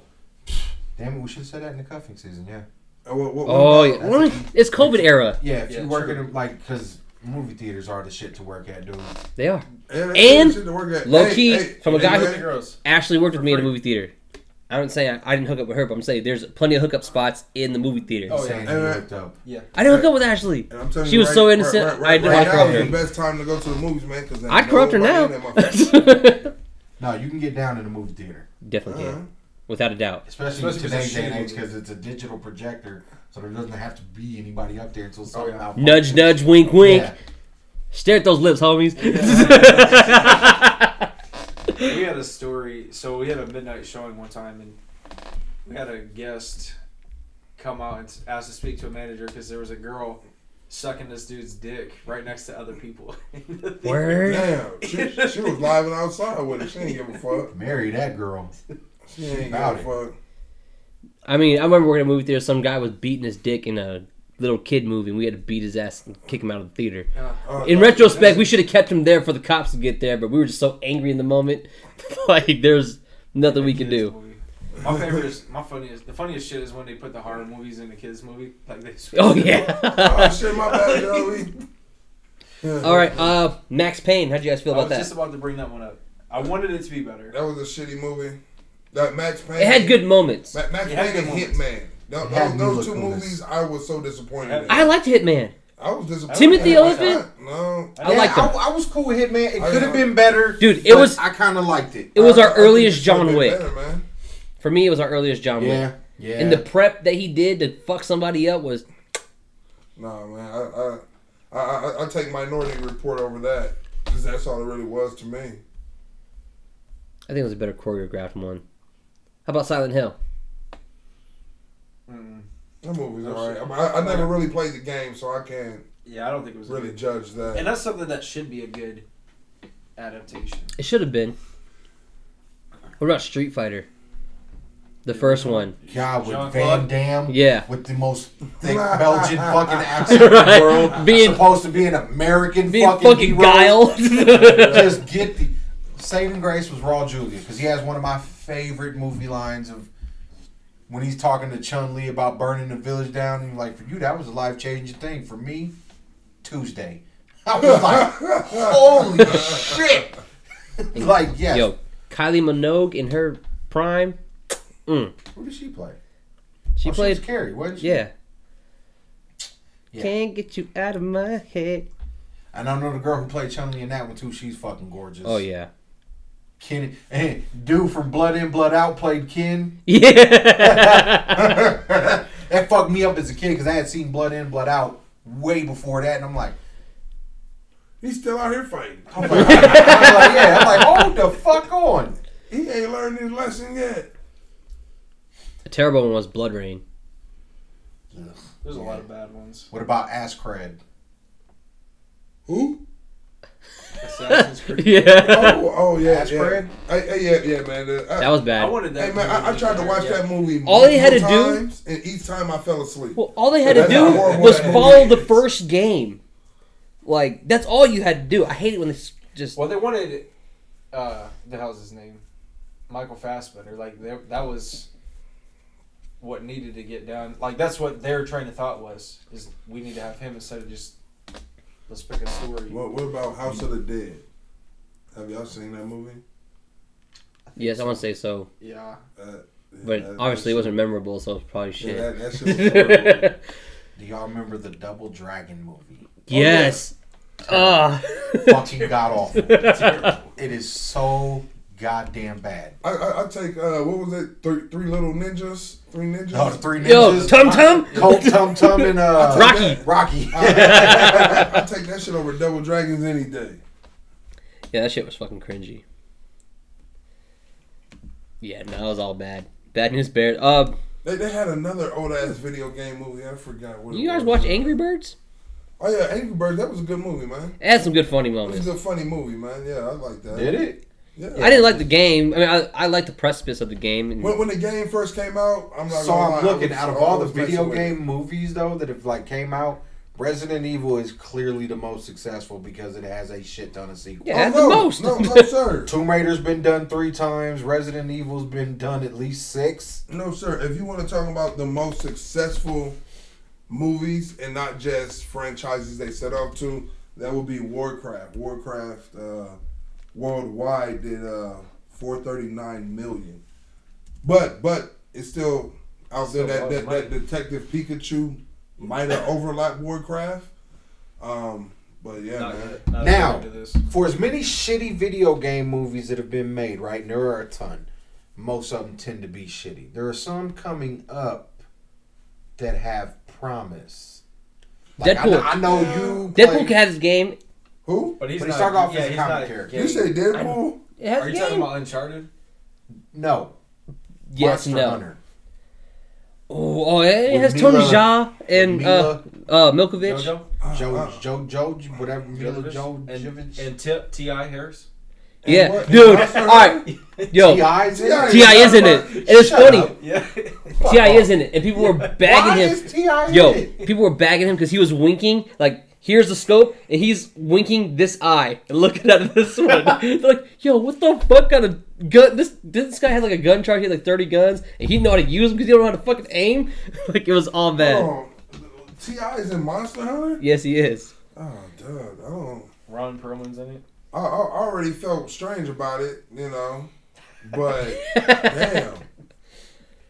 B: Damn it, we should have said that in the cuffing season, yeah.
D: uh, what- what-
C: Oh,
D: what
C: yeah.
D: about-
C: Well, it's COVID era.
B: Yeah, if
A: Yeah,
B: you work
A: true.
B: at a, like, because movie theaters are the shit to work at, dude.
C: They are.
D: yeah, that's
C: And
D: shit to work at.
C: low
D: Hey,
C: key,
D: hey,
C: from a
D: hey,
A: Guy
C: guy
A: with
D: man,
A: the girls.
C: Ashley worked with
A: For
C: me in a
A: free.
C: movie theater. I don't say I, I didn't hook up with her, but I'm saying there's plenty of hookup spots in the movie theater.
A: Oh, yeah.
B: Saying
D: Hey,
B: you
D: man.
B: hooked up.
A: Yeah.
C: I didn't hook up with Ashley.
D: And I'm telling
C: She
D: you
C: was
D: right-
C: so
D: right-
C: innocent,
D: Right,
C: I
D: right,
C: had to
D: right
C: walk
D: now
C: away.
D: is the best time to go to the movies, man. Because
C: I'd corrupt her now.
B: No, you can get down in the movie theater,
C: Definitely
D: Uh-huh.
C: can, without a doubt.
A: Especially
B: especially, in
A: if it's
B: today's
A: a
B: day and
A: shitty
B: age,
A: movie.
B: because it's a digital projector, so there doesn't have to be anybody up there until something.
A: Oh, yeah.
B: malfunctions.
C: Nudge, nudge, wink, wink.
B: Yeah.
C: Stare at those lips, homies.
A: we had a story. So we had a midnight showing one time, and we had a guest come out and ask to speak to a manager because there was a girl sucking this dude's dick right next to other people. in the theater.
C: Word.
D: Damn, she, she was live and outside with it. She didn't give a fuck.
B: Marry that girl.
D: She ain't
B: About
D: give a fuck.
C: I mean, I remember working at a movie theater. Some guy was beating his dick in a little kid movie, and we had to beat his ass and kick him out of the theater.
D: Uh,
C: In retrospect, we should have kept him there for the cops to get there, but we were just so angry in the moment. like, there's nothing we can
A: Kids
C: do.
A: movie. My favorite is my funniest. The funniest shit is when they put the horror movies in the kids movie. Like they.
C: Oh,
D: oh
C: yeah.
D: shit, my bad, Joey. Yeah.
C: All right, uh, Max Payne, how'd you guys feel
A: I was
C: about that?
A: just about to bring that one up. I wanted it to be better.
D: That was a shitty movie. That Max Payne.
C: It had good moments.
D: Ma- Max
A: It had
D: Payne
A: good
D: and
A: moments.
D: Hitman. Tho-
B: It had
D: those
B: me
D: those two
B: looking on this.
D: movies, I was so disappointed. in.
C: I liked Hitman.
D: I was disappointed.
C: Timothy
D: I was
C: Oliphant?
D: not- No.
C: I liked
B: I,
C: him.
B: I was cool with Hitman.
A: Oh,
B: It
D: I
B: could have
D: know.
B: been better.
C: Dude, it
B: but
C: was-
B: I kind of liked it.
C: It was
D: I- I
C: our
D: think
C: earliest
D: it should've
C: John
D: been
C: Wick.
D: better, man.
C: For me, it was our earliest John Wick.
B: yeah.
C: And the prep that he did to fuck somebody up was
D: No, man. I, I, I, I, I take Minority Report over that because that's all it really was to me.
C: I think it was a better choreographed one. How about Silent Hill?
A: Mm,
D: That movie's
A: Oh,
D: alright.
A: shit.
D: I, mean, I, I never really played the game, so I can't
A: yeah, I don't think it was
D: really
A: good.
D: judge
A: And
D: that.
A: that's something that should be a good adaptation.
C: It should have been. What about Street Fighter? The first one.
B: God with
A: Jean-Claude.
B: Van Damme.
C: Yeah.
B: With the most thick Belgian fucking accent in
C: Right.
B: the world,
C: Being-
B: supposed to be an American
C: Being
B: fucking,
C: fucking
B: hero.
C: guile.
B: Just get the saving grace was Raw Julia because he has one of my favorite movie lines of when he's talking to Chun Li about burning the village down. And like for you, that was a life changing thing. For me, Tuesday. I was like, holy shit! like yes.
C: Yo, Kylie Minogue in her prime. Mm.
B: Who did she play?
C: She
B: Oh,
C: played.
B: was Carrie, wasn't she?
C: yeah.
B: Yeah.
C: Can't get you out of my head.
B: And I know the girl who played Chun Li in that one too. She's fucking gorgeous.
C: Oh yeah.
B: Ken, eh, dude from Blood In Blood Out played Ken.
C: Yeah.
B: that fucked me up as a kid because I had seen Blood In Blood Out way before that, and I'm like,
D: He's still out here fighting.
B: I'm like, I'm like yeah, I'm like, hold the fuck on.
D: He ain't learned his lesson yet.
C: a terrible one was Blood Rain.
A: There's a lot of bad ones.
B: What about Ass Cred?
D: Who?
A: Assassin's Creed.
C: Yeah.
D: Oh, oh yeah,
B: Ash
D: yeah.
B: Fred?
D: I, I- yeah, yeah, man. Uh, I,
C: That was
A: I
C: bad.
A: wanted that.
D: hey, man, I, I
A: movie
D: tried to
A: be
D: watch
A: better.
D: that movie.
C: All he had to
D: multiple
C: do-
D: times, and each time I fell asleep.
C: Well, all they had to
D: That's
C: do
D: how horrible
C: was
D: that movie
C: follow the
D: is.
C: first game. Like that's all you had to do. I hate it when they s- just
A: Well, they wanted uh, the hell's his name, Michael Fassbender. Like they- that was what needed to get done. Like that's what their train of thought was: is we need to have him instead of just let's pick a story.
D: What, what about House of the Dead? Have y'all seen that movie?
C: yes, I want to say so,
A: Yeah,
D: Uh, yeah,
C: but
D: that-
C: obviously it
D: that
C: wasn't memorable, so it's probably
D: shit-
C: shit.
D: Yeah, that, that shit was horrible.
B: Do y'all remember the Double Dragon movie?
C: yes. Ah.
B: Fucking god awful. It is so goddamn bad.
D: I, I, I take uh, what was it? Three, three little ninjas, three ninjas.
B: Oh, the three
C: Yo,
B: ninjas.
C: Tum Tum.
B: Colt, Tum Tum, and uh,
C: Rocky.
B: Rocky.
D: I, I, I take that shit over Double Dragons any day.
C: Yeah, that shit was fucking cringy. Yeah, no, it was all bad. Bad news bears. Uh,
D: They, they had another old ass video game movie. I forgot what. it
C: you guys
D: was.
C: watch Angry Birds?
D: Oh yeah, Angry Birds. That was a good movie, man.
C: It had some good funny
D: It was
C: moments.
D: a funny movie, man. Yeah, I like that.
B: Oh, Did it?
D: Yeah.
C: I didn't like the game. I mean, I, I liked the precipice of the game. And
D: When, when the game first came out, I'm not.
B: So
D: gonna lie,
B: I'm
D: I
B: looking
D: was
B: out of all the
D: always messing
B: video
D: with it.
B: game movies though that have like came out, Resident Evil is clearly the most successful because it has a shit ton of sequels.
C: Yeah. That's the
D: Oh, no,
C: most.
D: No, no, sir.
B: Tomb Raider's been done three times. Resident Evil's been done at least six.
D: No, sir. If you want to talk about the most successful movies and not just franchises they set off to, that would be Warcraft. Warcraft uh, worldwide did uh, 439 million. But but it's still out
A: Still
D: there that,
A: lots of
D: that, that
A: money.
D: Detective Pikachu might have overlapped Warcraft. Um, but yeah,
A: not
D: man.
A: good. Not
B: Now-
A: good to this.
B: For as many shitty video game movies that have been made, right? And there are a ton. Most of them tend to be shitty. There are some coming up that have promise. Like, I
C: Deadpool.
B: kn- I, know you.
C: Deadpool
B: play-
C: had his game.
D: Who?
A: But he's
B: But he
A: not-
B: started off
A: yeah,
B: as a
A: he's
B: comic
A: not
B: character.
A: gay.
D: You say Deadpool?
C: It has
A: Are
C: a
A: you
C: game.
A: talking about Uncharted?
B: No.
C: yes,
B: Monster
C: no.
B: Hunter.
C: Oh, oh it
B: With
C: has Tony
B: Mila-
C: Ja and uh,
B: Mila.
C: uh, Milkovich.
A: JoJo,
B: Joe, Joe, Joe, whatever, Miller, Joe,
A: and,
B: Jivich.
A: and Tip Ti Harris.
C: Yeah,
D: what?
C: dude.
D: Russell
C: All right, yo,
B: T.I.'s in it.
C: Ti is in it. And it's
B: Shut
C: funny.
B: up.
A: Yeah,
C: Ti is in it, and people were bagging
B: Why
C: him.
B: is T.I. in
C: Yo,
B: it?
C: people were bagging him because he was winking. Like, here's the scope, and he's winking this eye and looking at this one. They're like, yo, what the fuck kind of gun? This this guy had like a gun charge. He had like 30 guns, and he didn't know how to use them because he don't know how to fucking aim. like, it was all bad.
D: Oh, Ti is in Monster Hunter.
C: Yes, he is.
D: Oh, dude, I don't.
A: Ron Perlman's in it.
D: I, I already felt strange about it, you know, but damn.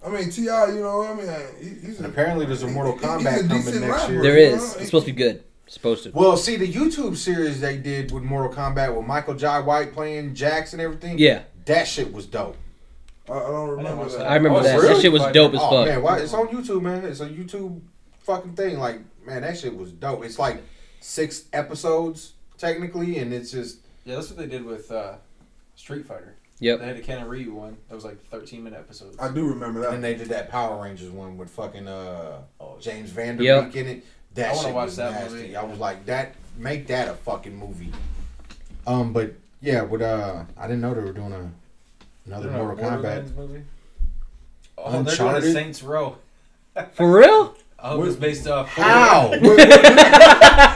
D: I mean, Ti, you know, I mean, I- he, he's
B: And
D: a,
B: apparently there's a Mortal
D: He- he- he's a
B: Kombat coming
D: decent
B: next
D: rapper.
B: year.
C: There is. It's supposed to be good. It's supposed to.
B: Well, see, the YouTube series they did with Mortal Kombat with Michael Jai White playing Jax and everything.
C: Yeah.
B: That shit was dope.
D: I, I don't remember
A: watch
D: that.
A: that.
C: I remember
B: Oh,
C: that.
B: really?
C: That shit was dope as
B: oh,
C: fuck.
B: man, why? It's on YouTube, man. It's a YouTube fucking thing. Like, man, that shit was dope. It's like six episodes, technically, and it's just.
A: Yeah, that's what they did with uh, Street Fighter. They
C: Yep.
A: had a Ken and Ryu one that was like 13 minute episodes.
D: I do remember that.
B: And they did that Power Rangers one with fucking uh, James Van Der
C: Yeah.
B: Beek in it. That
A: I wanna
B: shit
A: watch
B: was
A: that
B: nasty.
A: movie.
B: I was like, that make that a fucking movie. Um, but yeah, with uh, I didn't know they were doing a another
A: They're not
B: Mortal Kombat.
A: Borderlands movie. Oh, they're doing
B: Uncharted?
A: a Saints Row.
C: For real?
A: Oh, it was based off.
B: How?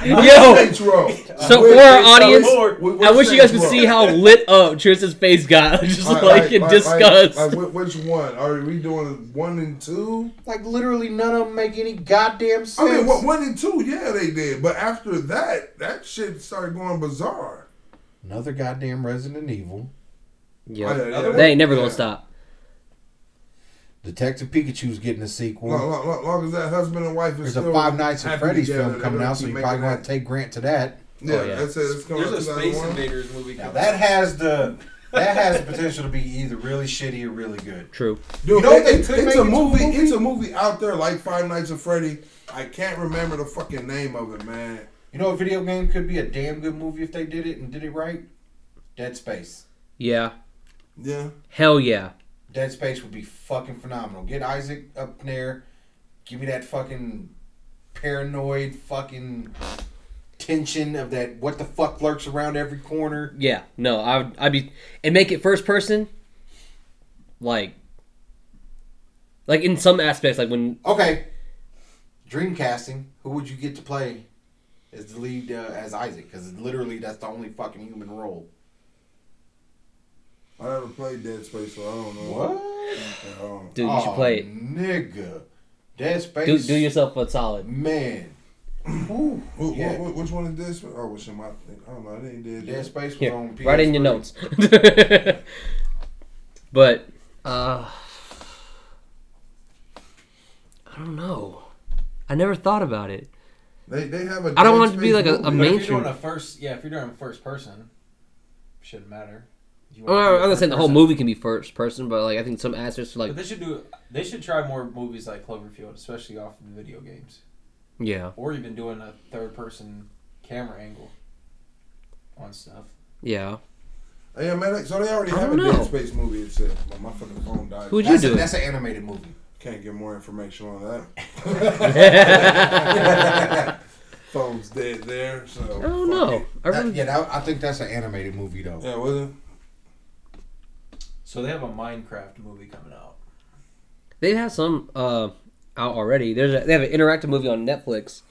C: Yo.
D: Saints Row.
C: So
D: Wait,
C: for our
D: wait,
C: audience,
D: wait, wait,
C: I wish you guys could
D: Saints
C: see how
D: Row?
C: lit up Tristan's face got, just like, in disgust.
D: Like, whi- which one? Are we doing one and two?
B: like literally none of them make any goddamn sense.
D: I mean, what, one and two, yeah, they did. But after that, that shit started going bizarre.
B: Another goddamn Resident Evil.
D: I-
C: yeah.
D: Oh, yeah,
C: They ain't never gonna
D: yeah.
C: stop.
B: Detective Pikachu's getting a sequel.
D: Long, long, long, long as that husband and wife is
B: There's
D: still
B: a Five Nights at
D: happy
B: Freddy's
D: together,
B: film
D: they're
B: coming
D: gonna
B: out, so
D: keep
B: you
D: making
B: probably want
D: that.
B: to take Grant to that.
D: Yeah,
C: yeah.
D: that's it. It's coming
A: Oh, There's
D: out
A: a Space
D: 2001.
A: Invaders movie.
B: Now
A: coming
B: that
A: out.
B: has the that has the potential to be either really shitty or really good.
C: True.
B: You
D: Dude,
B: know
D: it-
B: they
D: it-
B: could
D: it's
B: make
D: a
B: it to a
D: movie,
B: movie?
D: It's a movie out there like Five Nights at Freddy. I can't remember the fucking name of it, man.
B: You know, a video game could be a damn good movie if they did it and did it right. Dead Space.
C: Yeah.
D: Yeah,
C: Hell yeah.
B: Dead Space would be fucking phenomenal. Get Isaac up in there. Give me that fucking paranoid fucking tension of that what the fuck lurks around every corner.
C: Yeah. No, I would I'd be and make it first person. Like like in some aspects, like when
B: Okay. Dreamcasting. Who would you get to play as the lead uh, as Isaac? Because literally that's the only fucking human role.
D: I never played Dead Space, so I don't know. At all.
C: dude you should
B: Aw,
C: play it.
B: Oh, Nigga. Dead Space.
C: Do do yourself a solid.
B: Man. Ooh,
D: Who, who-
B: yeah.
D: who- which one is this? one? Oh, which one? I, think- I don't know. I didn't did
B: Dead
D: that.
B: Space was
C: Here.
B: on PS3.
C: Write in your notes. but uh I don't know. I never thought about it.
D: They, they have a.
C: I don't
D: Dead
C: want it to be
D: Space
C: like a-
A: But
C: a
D: movie.
A: if you're
C: mainstream.
A: doing a first, yeah, if you're doing a first person, shouldn't matter. You wanna
C: Well,
A: do
C: I'm
A: a
C: not
A: first
C: saying the whole
A: person.
C: movie can be first person, but like I think some aspects like
A: But they should do. They should try more movies like Cloverfield, especially off of the video games,
C: yeah,
A: or even doing a third person camera angle on stuff.
C: yeah.
D: Yeah, man. like, So they already
C: I
D: have a
C: don't know.
D: Dead Space movie. It said my, my fucking phone died.
C: Who'd you
B: That's, a,
C: do?
B: that's an animated movie.
D: Can't get more information on
C: I
D: that. Phone's dead there. So
C: don't know. I
B: That-
C: really,
B: yeah, that, I think that's an animated movie though.
D: Yeah, was it?
A: So they have a Minecraft movie coming out.
C: they have some uh, out already. There's a, they have an interactive movie on Netflix.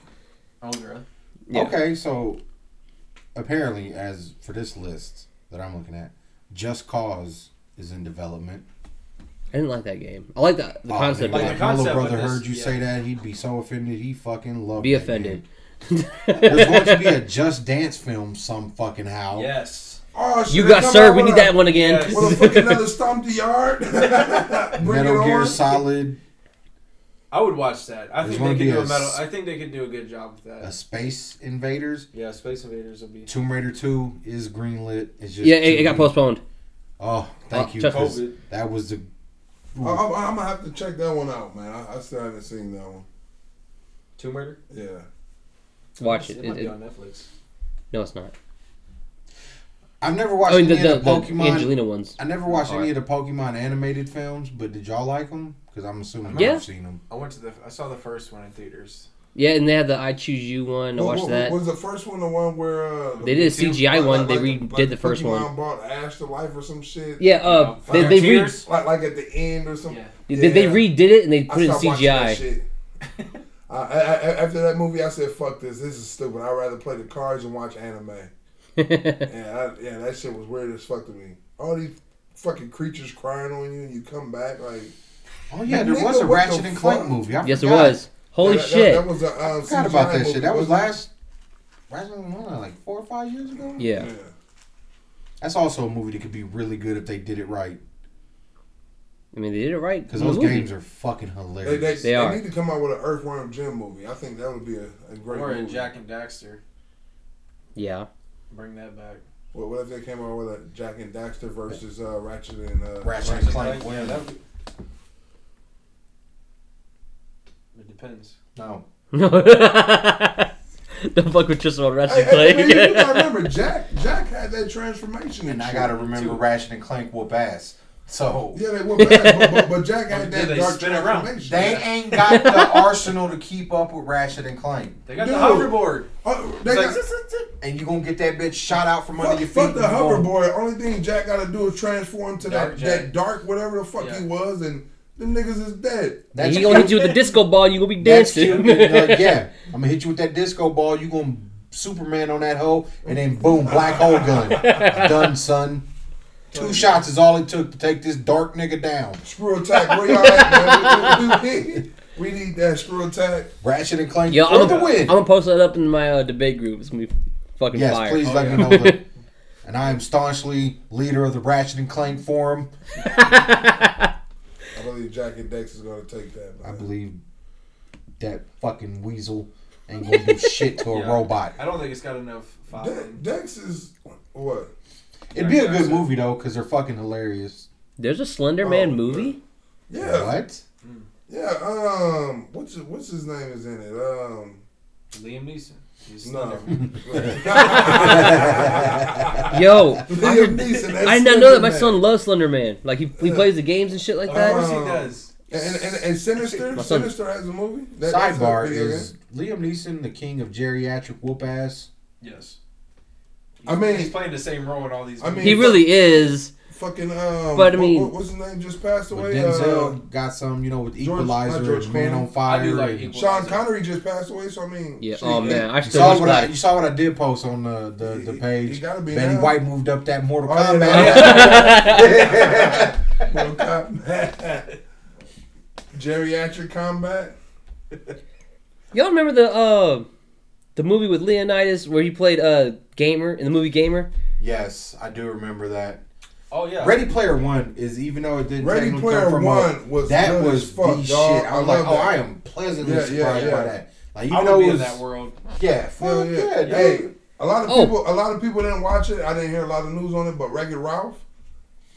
A: Oh, really?
C: Yeah.
B: Okay, so apparently, as for this list that I'm looking at, Just Cause is in development.
C: I didn't like that game. I like the, the
B: Oh,
C: concept.
A: Like
B: man,
C: of
A: the
B: my
C: it.
A: concept
B: little brother
A: of this,
B: heard you
A: yeah.
B: say that, he'd be so offended. He fucking loved.
C: Be
B: that
C: offended.
B: game. There's going to be a Just Dance film, some fucking how.
A: Yes.
D: Oh, shit,
C: you
D: they
C: got
D: come
C: served.
D: out
C: We
D: with
C: need
D: a-
C: that one again.
A: Yes.
D: With a fucking another stomp the yard. Bring
B: Metal
D: it
B: Gear
D: on.
B: Solid,
A: I would watch that. I
B: There's
A: think
B: gonna
A: they
B: be
A: could do
B: a
A: a metal.
B: s-
A: I think they could do a good job with
B: a
A: that.
B: uh, Space Invaders,
A: Yeah, Space Invaders would be
B: Tomb Raider Two is greenlit. It's just
C: yeah, it, it got
B: too-
C: postponed.
B: Oh, thank
C: Oh,
B: you.
C: just-
B: 'cause
A: COVID.
B: That was the.
D: I, I, I'm gonna have to check that one out, man. I, I still haven't seen that one.
A: Tomb Raider.
D: Yeah.
C: Watch
A: It
C: it.
A: might
C: It-
A: be
C: it-
A: on Netflix.
C: no, it's not.
B: I've never watched
C: I mean, the,
B: any
C: Oh, the,
B: of the
C: the
B: Pokemon.
C: Angelina ones.
B: I never watched
C: Alright.
B: any of the Pokemon animated films, but did y'all like them? Because I'm assuming
C: Yeah.
B: I've seen them.
A: I went to the. I saw the first one in theaters.
C: Yeah, and they had the I Choose You one. I watched that.
D: Was the first one the one where uh,
C: They did a
A: Me too.
C: CGI
D: like-
C: one. They
D: like-
C: redid
D: like
C: the first
D: Pokemon
C: one.
D: Brought Ash to life or some shit.
C: Yeah, uh,
A: You know,
C: they, they, re-
A: Frontiers?
D: Like like at the end or something.
A: Yeah.
C: they, they
D: Yeah.
C: redid it and they
D: I
C: put in
D: stopped watching
C: CGI.
D: that shit. I, I, I, after that movie, I said, "Fuck this! This is stupid. I'd rather play the cards and watch anime." Yeah, I, yeah, that shit was weird as fuck to me. All these fucking creatures crying on you, and you come back like
B: Oh yeah, there
D: Nigga,
B: was a
D: what
B: Ratchet
D: the
B: and Clank
D: fuck?
B: movie. I
C: yes, it
B: forgot.
C: was. Holy
D: Yeah, that,
C: shit.
D: That, that was a um,
B: I forgot about
D: CGI
B: that
D: movie,
B: shit. That was
D: wasn't it?
B: last. Ratchet and Clank, like four or five years ago.
C: yeah.
B: That's also a movie that could be really good if they did it right.
C: I mean, they did it right.
B: Because
C: in the
B: those
C: movie.
B: games are fucking
D: Yeah. They,
B: hilarious.
D: they,
C: They
D: they
C: are.
D: need to come out with an Earthworm Jim movie. I think that would be a, a great
A: Or in
D: movie.
A: Jack and Daxter.
C: Yeah.
A: Bring that back.
D: What, what if they came out with a Jack and Daxter versus uh, Ratchet and
B: Ratchet
D: uh,
B: and
A: Ratchet and
B: Clank,
A: Clank,
B: yeah.
A: yeah, that would- It depends.
B: No,
C: No. Don't fuck with Tristan on
D: Hey,
C: Ratchet
D: hey, man, you
C: Clay.
D: gotta remember Jack. Jack had that transformation,
B: and I
D: shit.
B: gotta remember
A: Two.
B: Ratchet and Clank whoop ass. So
D: Yeah, they went back, but, but, but Jack had
A: Yeah,
D: that
A: they
D: dark
A: spin around.
D: transformation.
B: they ain't got the arsenal to keep up with Ratchet and Clank.
A: They got
D: Dude.
A: the hoverboard.
D: Oh, they
A: It's
D: got,
A: like,
D: fuck,
B: And you gonna get that bitch shot out from under your feet.
D: fuck the
B: and you gonna-
D: hoverboard. Only thing Jack got to do is transform to
A: Dark
D: that,
A: Jack.
D: that dark whatever the fuck
A: Yeah.
D: he was, and them niggas is dead.
B: That's
C: he gonna hit you with a disco ball. You gonna be
B: That's cute.
C: dancing.
B: Like, yeah, I'm gonna hit you with that disco ball. You gonna Superman on that hoe, and then boom, black hole gun. Done, son. Two shots is all it took to take this dark nigga down.
D: Screw attack. Where y'all at, man? We, we- we- we need that screw attack.
B: Ratchet and Clank
C: Yo,
B: for
C: I'm
B: the
C: gonna, I'm
B: win.
C: gonna post that up in my uh, debate group. It's gonna be fucking
B: yes,
C: fire.
B: please
A: Oh,
B: let
A: yeah.
B: me know. that. And I am staunchly leader of the Ratchet and Clank forum.
D: I believe Jack and Dex is gonna take that.
B: I
D: Man.
B: believe that fucking weasel ain't gonna do shit to a
A: Yeah.
B: robot.
A: I don't think it's got enough
D: De-
A: following.
D: Dex is what?
B: It'd be a
A: Jackson.
B: good movie though, because they're fucking hilarious.
C: There's a Slender Man
D: Oh,
C: movie.
D: Yeah,
B: What?
D: yeah. Um, what's his, what's his name is in it? Um,
A: Liam Neeson. He's
D: no.
A: Slender.
C: Yo,
D: Liam Neeson, that's
C: I did not know that. My
D: Slenderman.
C: son loves Slender Man. Like he, he plays the games and shit like
A: Of course
B: Oh,
C: that.
A: he
D: Um,
A: does.
D: And, and, and Sinister,
C: My son-
D: Sinister has a movie. That- that's a
B: Sidebar
D: video game.
B: is Liam Neeson the king of geriatric whoop ass.
A: Yes.
D: I mean-
A: he's playing the same role in all these.
D: I mean-
C: He really is.
D: Fucking um,
C: But, I
D: what-
C: mean-
D: what, what's his name just passed
B: But
D: away?
B: Denzel
D: Uh,
B: got some, you know, with
D: George-
B: Equalizer,
D: not George
B: Man
D: Clooney.
B: on Fire.
A: I do like
B: and-
A: Equal-
D: Sean Connery just passed away, so I mean,
C: Yeah.
D: shit,
C: Oh
D: he-
C: man, I
B: you
C: still
B: saw
C: watch
B: what I,
C: that.
B: you saw what I did post on the the, the
D: He-
B: page.
D: he gotta be
B: Betty
D: now.
B: White moved up that Mortal
D: Oh, yeah,
B: Kombat.
D: Mortal Kombat. Geriatric combat.
C: Y'all remember the uh, the movie with Leonidas where he played uh gamer in the movie Gamer?
B: yes, I do remember that.
A: oh yeah.
B: Ready Player One is even though it didn't
D: Ready
B: technically
D: Player
B: come from a-
D: One was
B: that
D: good
B: was
D: as fuck,
B: the
D: dog.
B: shit. I was
D: I
B: like,
D: love
B: oh,
D: that.
B: I am pleasantly
D: Yeah, yeah,
B: surprised
D: yeah.
B: by that. Like
A: I
B: even
A: would
B: though
A: be
B: it
A: in
B: was,
A: that world.
B: yeah,
D: Hell
B: fuck
D: yeah,
B: yeah,
D: Hey,
B: dude.
D: a lot of
C: Oh.
D: people, a lot of people didn't watch it. I didn't hear a lot of news on it, but Wreck-It Ralph.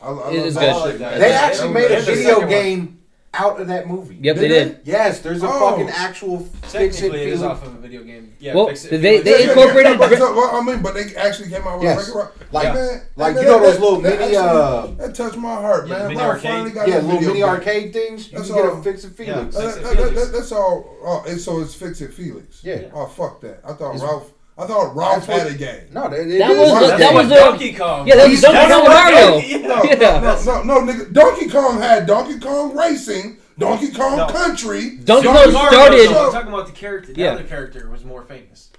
D: I, I
C: It
D: love
C: is good.
D: that shit,
A: They
D: man.
B: They
D: That-
B: actually
D: that
B: made a
A: And
D: was-
A: the
B: video
A: second one.
B: game out of that movie.
C: Yep, they
D: Did
C: did.
D: they?
B: Yes, there's a
D: Oh.
B: fucking actual fix it.
A: Technically, it is
B: feel-
A: off of a video game. Yeah.
C: Well,
A: fix it.
C: they-
A: Feel it.
C: they- incorporated
D: but,
C: Rick-
D: so, well, I mean, but they actually came out with
B: Yes.
D: Wreck-It Ralph.
B: Like-
D: Man,
B: like,
D: that-
B: you know
D: that-
B: those little
D: that
B: mini,
D: actually-
B: uh,
D: that touched my heart,
A: Yeah,
D: man.
A: the
D: When I
A: mini
D: finally
A: arcade.
D: got
B: Yeah,
D: that
B: little
D: video
B: mini
D: back.
B: arcade things. You
D: That's
B: can get a
D: all.
B: fix it Felix.
A: Yeah.
D: Uh,
A: Fix It
D: that- that-
A: Felix.
D: that's all. Oh, and so it's fix it, Felix.
B: Yeah.
D: Oh fuck that! I thought
B: It's-
D: Ralph. I thought Ralph
B: That's what-
D: had a game.
B: No, that, it
C: That
B: is-
C: was
D: the-
A: That's
D: that
A: like
D: was
C: the-
A: Donkey Kong.
C: Yeah, that was
B: He's-
C: Donkey Kong Mario.
A: Yeah.
D: No, no,
C: Yeah.
D: no, no, no, nigga. Donkey Kong had Donkey Kong Racing, Donkey Kong
A: No.
D: Country.
C: Donkey
A: Mario,
C: Kong
A: though,
C: started.
A: I'm talking about the character. The
C: Yeah.
A: other character was more famous.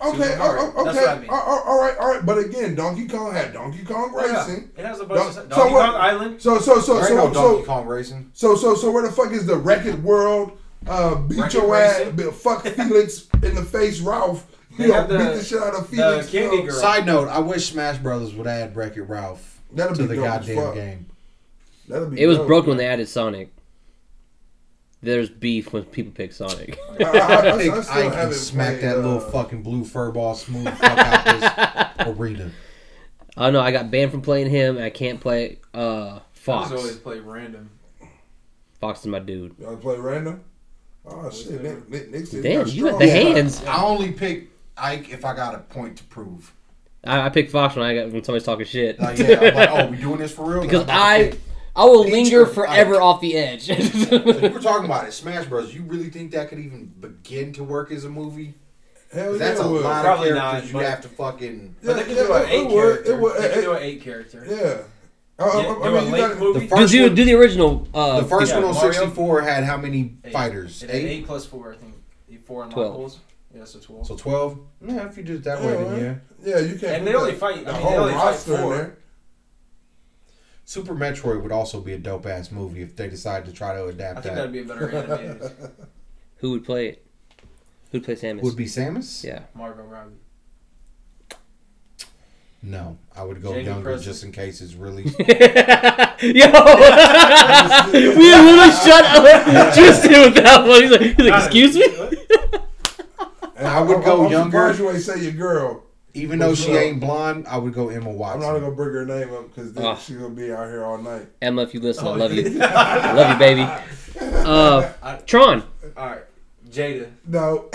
D: Okay,
A: Super
D: oh,
A: Mario.
D: oh,
A: That's
D: okay,
A: what I mean.
D: Oh, oh, all right, all right. But again, Donkey Kong had Donkey Kong Racing.
A: Yeah. It has a bunch of stuff.
D: Don- so
A: Donkey
D: what-
A: Kong Island.
D: So, so, so,
B: There
D: so,
B: ain't no
D: so,
B: Donkey Kong racing.
D: So so so where the fuck is the record world? Uh, beat
A: Wreck-It
D: your ass,
A: Racing?
D: be- fuck Felix in the face, Ralph. You
A: They
D: know,
A: have the-
D: beat the shit out of
A: the
D: Felix.
A: Candy
D: you know.
A: Girl.
B: Side note: I wish Smash Brothers would add Wreck It Ralph
D: That'd
B: to
D: be
B: the
D: dope as
B: goddamn
D: fuck.
B: game.
D: That'd be
C: It was
D: dope.
C: broken when they added Sonic. There's beef when people pick Sonic.
D: I, I, I,
B: I think
D: still
B: I, can
D: haven't
B: smack
D: played,
B: that little
D: uh,
B: fucking blue furball smooth fuck out this arena.
C: I don't know. Oh, I got banned from playing him. And I can't play uh
A: I just always
C: Fox.
A: play random.
C: Fox is my dude.
D: Y'all play random? Oh shit,
A: there?
D: Nick, Nick, Nick said
C: Damn,
D: got
C: you got
D: strong.
C: the hands.
B: I only pick Ike if I got a point to prove.
C: I, I pick Fox when I got when somebody's talking shit.
B: Like, yeah, I'm like, oh, we doing this for real?
C: because
B: Like,
C: I I will
B: Each
C: linger
B: of-
C: forever off the edge.
B: If we were talking about it, Smash Bros. You really think that could even begin to work as a movie?
D: Hell
B: 'Cause That's
D: Oh, yeah,
B: a
D: it would.
B: lot
A: Probably
B: of
A: not,
B: characters you
A: but-
B: have to fucking.
A: But
D: Yeah,
A: they could
D: yeah,
A: do an
D: it
A: eight
D: would, it
A: character.
D: would,
A: they could
D: it-
A: do an eight character.
D: Yeah. I,
A: Yeah, do
D: I, I
A: a
D: mean, you
A: late
D: got
A: movie.
B: The first-
C: Because you
B: one-
C: do the original. Uh,
B: The first
A: yeah,
B: one on
A: Mario.
B: 64 had how many
A: Eight.
B: fighters?
A: And then
B: Eight?
A: eight plus four, I think. Four
C: Twelve.
A: unlockables. Yeah, so twelve.
B: So 12? Yeah, if you do it that way, then yeah.
D: yeah, you can't.
A: and
D: put
A: they only
D: that-
A: fight.
D: the
A: I mean, they
D: whole
A: only fight
D: roster in
A: four.
D: there.
B: Super Metroid would also be a dope ass movie if they decide to try to
A: I
B: adapt
A: think
B: that.
A: that'd be a better animated.
C: who would play it? Who'd play Samus?
B: Would be Samus?
C: yeah.
A: Margot Robbie.
B: No, I would go
A: Jamie
B: younger
A: Presley.
B: just in case it's really.
C: Yo, we literally shut up Tristan with that one. He's like, he's like excuse me.
D: And
B: I would go
D: I'm
B: younger.
D: surprised you ain't say your girl.
B: Even though
D: What's
B: she
D: up?
B: ain't blonde, I would go Emma
D: I'm
B: Watson.
D: not gonna bring her name up because then
C: Ugh.
D: she's gonna be out here all night.
C: Emma, if you listen, I
A: Oh,
C: love you.
A: yeah.
C: I love you, baby. Uh, Tron.
A: All right, Jada.
D: No,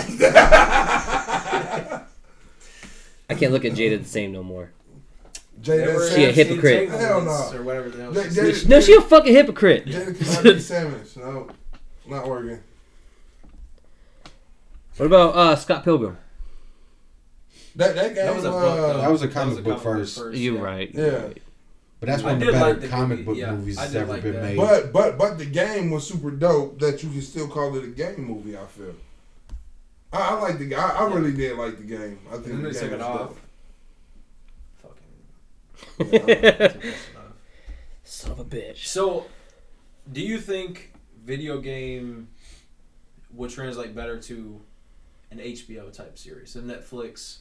C: I can't look at Jada the same no more.
D: Jada.
C: She a hit-
D: Samus.
C: hypocrite.
D: Hell no.
A: Or whatever the hell.
D: They-
A: she's-
D: they-
C: She- No, she a fucking hypocrite.
D: Jada cannot be Samus. No, not working.
C: What about uh, Scott Pilgrim?
D: That that game.
A: That was a
D: uh,
A: book. though.
B: That was a comic book first.
C: You're
A: yeah.
C: right.
D: Yeah.
B: But that's
A: I
B: one of the
A: did
B: better
A: like the
B: comic
A: movie,
B: book
A: yeah.
B: movies
A: I
B: that's
A: did
B: ever
A: like
B: been
A: that.
B: made.
D: But but but the game was super dope that you can still call it a game movie. I feel. I, I like the. I, I really did like the game. I think
A: And then
D: the
A: they took
D: game
A: it off.
D: was dope.
A: Fucking
D: Yeah,
A: took that shit off.
C: Son of a bitch.
A: So, do you think video game would translate better to an HBO type series, a Netflix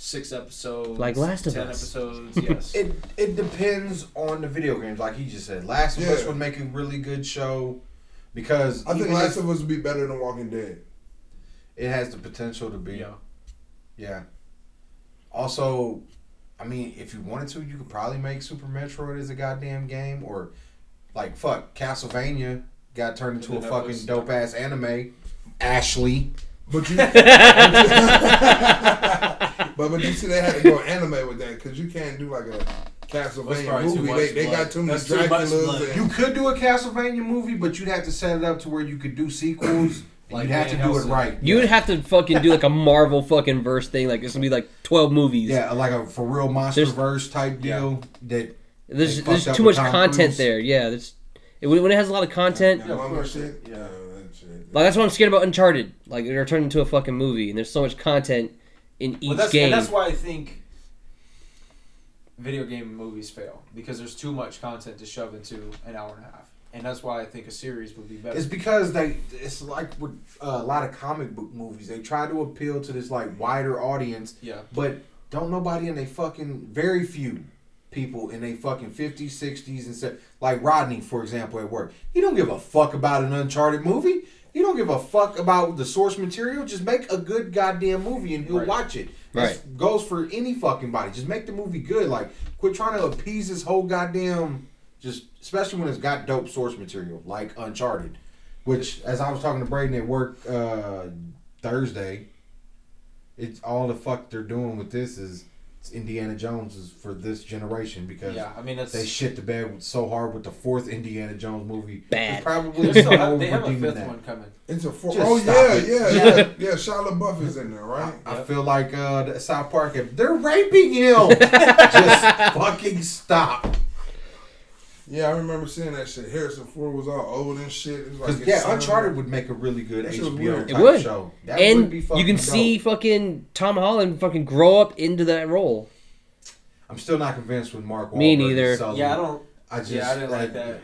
A: six episodes,
C: Like Last of
A: ten
C: Us.
A: episodes? Yes.
B: It it depends on the video games, like he just said. Last of Us
D: Yeah.
B: would make a really good show because
D: I think
B: even
D: Last
B: if
D: of Us would be better than Walking Dead.
B: it has the potential to be.
A: yeah.
B: Yeah. Also, I mean, if you wanted to, you could probably make Super Metroid as a goddamn game, or like fuck, Castlevania got turned into a
A: Into Netflix.
B: fucking dope ass anime. Ashley,
D: But you, but, but you see, they had to go anime with that because you can't do like a
A: That's
D: Castlevania
A: probably too
D: movie.
A: much
D: They, they got
A: blood.
D: too many
A: That's too much blood.
D: Draculas.
B: you
D: and-
B: could do a Castlevania movie, but you'd have to set it up to where you could do sequels. and
A: Like
B: you'd have to
A: Van
B: do it
A: Helsing.
B: right.
C: You would have to fucking do like a Marvel fucking verse thing. Like it's gonna be like twelve movies.
B: Yeah, like a for real monster verse type
A: Yeah.
B: deal that
C: There's
B: They fucked
C: there's
B: up
C: too much
B: with Tom
C: content
B: Cruise.
C: there. Yeah. There's it, when when it has a lot of content.
D: Yeah, mama
A: course.
D: shit.
A: Yeah.
D: that shit.
C: Like that's what I'm scared about Uncharted. Like they're turning into a fucking movie, and there's so much content in each
A: Well, that's,
C: game.
A: And that's why I think video game movies fail because there's too much content to shove into an hour and a half, and that's why I think a series would be better.
B: It's because they. It's like with uh, a lot of comic book movies. They try to appeal to this like wider audience,
A: yeah.
B: but don't nobody in they fucking very few people in they fucking 50s, 60s, and se- like Rodney, for example, at work. He don't give a fuck about an Uncharted movie. He don't give a fuck about the source material. Just make a good goddamn movie and he'll
A: Right.
B: watch it.
C: Right.
B: That goes for any fucking body. Just make the movie good. Like, quit trying to appease this whole goddamn. Just especially when it's got dope source material like Uncharted, which as I was talking to Braden at work uh, Thursday, it's all the fuck they're doing with this is it's Indiana Jones is for this generation because
A: Yeah, I mean that's
B: they shit the bed with- so hard with the fourth Indiana Jones movie.
C: Bad.
B: Probably
A: They're still-
B: no
A: they have a
B: redeeming
A: fifth
B: that.
A: one coming.
D: It's a four.
B: Just
D: Oh
B: stop
D: yeah,
B: it.
D: yeah, yeah, yeah, Shia LaBeouf is in there, right?
B: I
A: Yep.
B: feel like uh, the South Park. If they're raping him, just fucking stop.
D: Yeah, I remember seeing that shit. Harrison Ford was all old and shit. It was like
B: Because
D: his
B: yeah,
D: son.
B: Uncharted would make a really good
D: That shit was
B: HBO
D: weird.
B: type
C: It would.
B: show. That
C: and
B: would be
C: you
B: fucking
C: can
B: dope.
C: see fucking Tom Holland fucking grow up into that role.
B: I'm still not convinced with Mark. Wahlberg
C: Me
B: and
C: neither.
B: Sully.
A: Yeah, I don't.
B: I just
A: yeah, I didn't like that.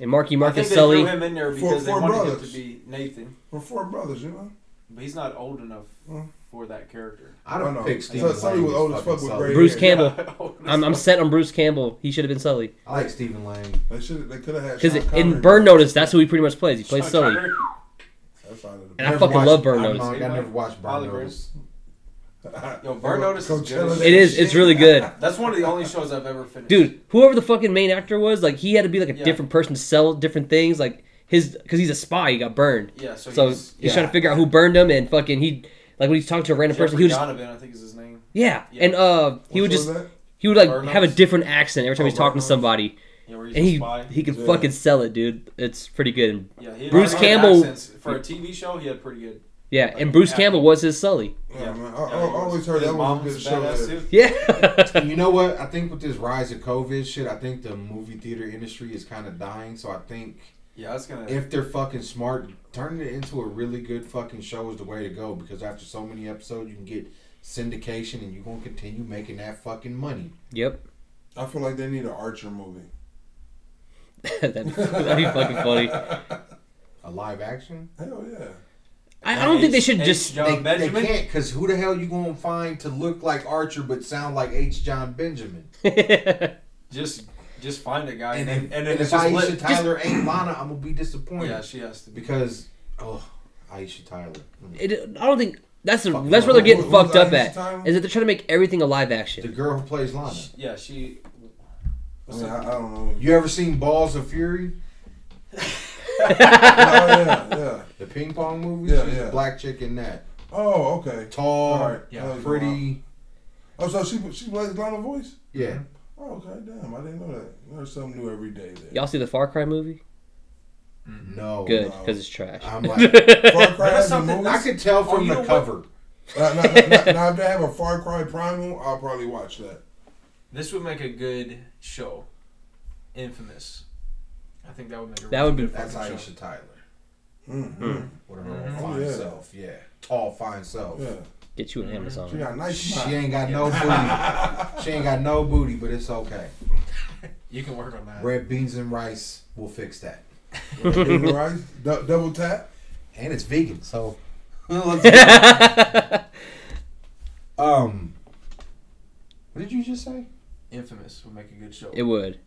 C: And Marky Mark
A: I
C: and
A: think they
C: Sully.
A: threw him in there
D: Four-
A: because
D: four
A: they wanted
D: brothers.
A: him to be Nathan,
D: We're four brothers, you know.
A: but he's not old enough
D: Hmm.
A: for that character.
B: I
D: I
B: don't
D: know.
B: pick
D: So-
B: Stephen
D: Sully
B: Lang
D: was
B: as
D: old as
B: fucking
D: fuck with
B: Sully.
D: Brady.
C: Bruce
D: Yeah.
C: Campbell.
A: Old as
C: I'm, I'm
A: fuck.
C: set on Bruce Campbell. He should have been Sully.
B: I like Stephen Lang.
D: They should. They could have had.
C: Because
D: Sean Connery.
C: in Burn Notice, that's who he pretty much plays. He plays
A: Sean
C: Sully.
A: Connery.
D: That's out of
C: And
D: the.
C: I
B: Never
C: fucking
B: watched-
C: love Burn
B: I'm
C: Notice.
B: not- I never watched Burn
A: Hologram.
B: Notice.
A: Yo, Burn Notice is good as
D: Coachella.
C: It is. It's really good.
A: That's one of the only shows I've ever finished.
C: Dude, whoever the fucking main actor was, like, he had to be like a
A: Yeah.
C: different person to sell different things. Like, his. Because he's a spy. He got burned.
A: Yeah, so,
C: So
A: he's,
C: he's
A: yeah.
C: trying to figure out who burned him and fucking he. Like, when he's talking to a random person,
A: Jeffrey
C: he would just.
A: Donovan, I think is his name.
C: Yeah,
A: Yeah.
C: and uh, he
D: What
C: would
D: show
C: just
D: is that?
C: he would like
A: Burnout?
C: have a different accent every time
A: Oh,
C: he's talking
A: Burnout.
C: to somebody,
A: Yeah, where he's
C: and
A: a
C: he
A: spy.
C: he can
D: Yeah.
C: fucking sell it, dude. It's pretty good.
A: yeah, he had
C: Bruce
A: a lot of
C: Campbell-
A: accents. for a TV show. He had pretty good.
C: Yeah,
A: Like,
C: and Bruce
A: yeah.
C: Campbell was his Sully.
D: Yeah, man. I,
A: Yeah,
D: I
A: he was-
D: always heard
A: his
D: that
A: mom
D: was a good show.
A: badass
D: that-
A: too.
C: Yeah,
B: And you know what? I think with this rise of COVID shit, I think the movie theater industry is kind of dying. So I think
A: Yeah, that's gonna.
B: if they're fucking smart, turning it into a really good fucking show is the way to go. Because after so many episodes, you can get syndication, and you're gonna continue making that fucking money.
C: yep.
D: I feel like they need an Archer movie.
C: that'd, be, that'd be fucking funny.
B: A live action?
D: Hell yeah.
C: I, I don't think they should
A: H-
C: just.
A: H. John
B: they, they
A: Benjamin.
B: can't, cause who the hell you gonna find to look like Archer but sound like H. John Benjamin?
A: just just find a guy
B: And,
A: and
B: if,
A: then and, then
B: and if
A: it's just
B: Aisha
A: lit.
B: Tyler ain't Lana, I'm gonna be disappointed.
A: Yeah, she has to be.
B: Because oh, Aisha Tyler. Mm.
C: it, I don't think that's the
B: Fuck
C: that's where
B: no.
C: they're getting
D: Who- who's
C: fucked up
D: Aisha
C: at.
D: Tyler?
C: Is that they're trying to make everything a live
B: The
C: action?
B: girl who plays Lana.
A: Yeah, she.
D: I,
A: What's
D: mean, I,
A: that?
D: I don't know.
B: You ever seen Balls of Fury,
D: oh, yeah, yeah.
B: the ping pong movie?
D: Yeah,
B: She's
D: yeah.
B: a black chick in that.
D: Oh, okay.
B: Tall,
D: Alright,
A: yeah,
D: that was wild.
B: pretty.
D: Oh, so she she plays Lana voice?
B: Yeah.
D: Oh, okay. Damn, I didn't know that. There's something new every day there.
C: Y'all see the Far Cry movie?
B: No.
C: Good,
D: Oh, no.
C: because it's trash.
B: I'm like,
D: Far Cry
A: That's
D: has
A: something-
D: movies.
B: I could tell
A: Oh,
B: from
A: you know what?
B: the cover.
D: now, now, now, now, if they have a Far Cry Primal, I'll probably watch that.
A: This would make a good show. Infamous. I think that would make. A
C: That would be-
A: good
B: That's
A: fucking
B: Aisha Tyler.
D: Mm-hmm.
B: With her own
A: Mhm.
B: fine
D: Yeah.
B: self. Yeah. Tall, fine self.
D: Yeah,
C: Get you an Amazon.
D: she got a nice.
B: She
D: smile.
B: ain't got no booty. she ain't got no booty, but it's okay.
A: You can work on that.
B: Red beans and rice will fix that.
D: All right, du- double tap.
B: And it's vegan, so let's go. Um What did you just say?
A: Infamous would make a good show.
C: It would.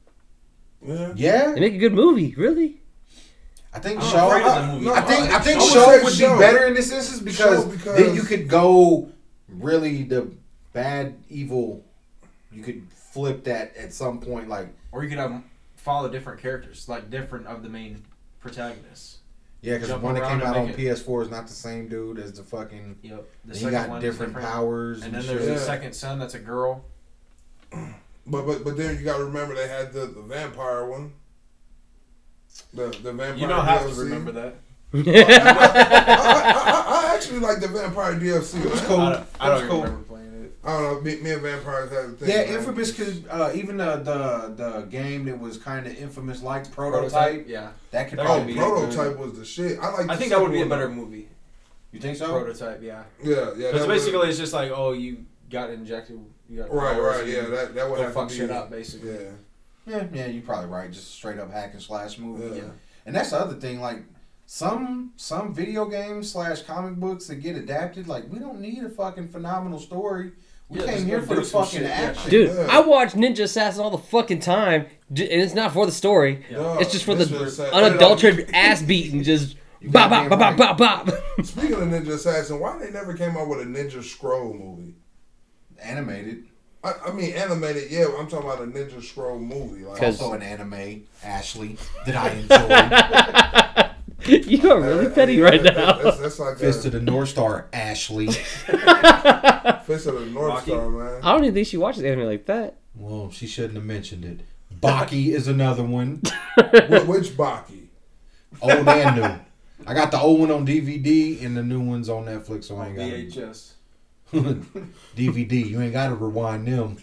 D: Yeah.
B: Yeah?
C: They make a good movie, really.
B: I think
A: I'm
B: show
A: afraid of the movie.
B: I think I think
D: I would
B: show
D: say
B: would
D: show.
B: be better in this instance because,
D: Show
B: then
D: because-
B: you could go really the bad evil you could flip that at some point like
A: Or you could have 'em follow different characters, like different of the main protagonists.
B: yeah, because the
A: Jump
B: one that
A: around
B: came
A: and
B: out on
A: make it-
B: PS4 is not the same dude as the fucking.
A: Yep. The
B: you got
A: one's
B: different, powers
A: And
B: and,
A: then
B: shit.
A: there's the
D: Yeah.
A: second son that's a girl.
D: But but but then you gotta remember they had the, the vampire one. The the vampire.
A: You don't have to
D: DLC.
A: remember that.
D: I, I, I actually like the vampire DLC.
B: It was
D: man.
B: cool.
A: I don't, I
B: That was
A: don't
B: cool.
A: remember playing it.
D: I don't know. Me, me and vampires had a thing.
B: Yeah,
D: man.
B: Infamous could uh, even the, the the game that was kind of Infamous like prototype,
A: Yeah.
B: that could
A: That
B: probably
D: Oh,
A: would
B: be
D: prototype was the shit. I like.
A: I
D: the
A: think that would be a
D: second
A: better
D: one.
A: movie.
B: You think so?
A: Prototype, yeah.
D: Yeah, yeah.
A: Because
D: that would've-
A: basically, it's just like, oh, you got injected. You got
D: Right,
A: powers,
D: right.
A: you
D: Yeah, that that would
A: go
D: have
A: fuck
D: to be.
A: shit up, basically.
D: Yeah.
B: Yeah, yeah, you're probably right. Just straight up hack and slash movie.
D: Yeah.
B: And that's the other thing, like some some video games slash comic books that get adapted, like we don't need a fucking phenomenal story. We
A: Yeah,
B: came
A: just
B: here
A: go
B: for
A: do
B: the
A: some
B: fucking
A: shit, yeah.
B: action.
C: Dude,
D: Yeah.
C: I watch Ninja Assassin all the fucking time, d- and it's not for the story.
D: Yeah.
C: It's just for
D: This was
C: the
D: sad.
C: unadulterated ass beating, just
B: You
C: bop, bop,
B: goddamn
C: bop, bop, bop, bop.
D: Speaking of Ninja Assassin, why they never came out with a Ninja Scroll movie?
B: Animated.
D: I, I mean, animated, yeah. but I'm talking about a Ninja Scroll movie. Like,
C: 'Cause-
B: Also an anime, Ashley, that I enjoy.
C: you are really petty right
D: that-
C: now.
D: That's, that's like
B: Fist
D: Fist,
B: of the North Star, Ashley.
D: a, Fist of the North
A: Rocky.
D: Star, man.
C: I don't even think she watches anime like that.
B: Well, she shouldn't have mentioned it. Baki is another one.
D: Wh- Which Baki?
B: Old and new. I got the old one on DVD and the new one's on Netflix, so I ain't got it.
A: VHS.
B: DVD. You ain't got to rewind them.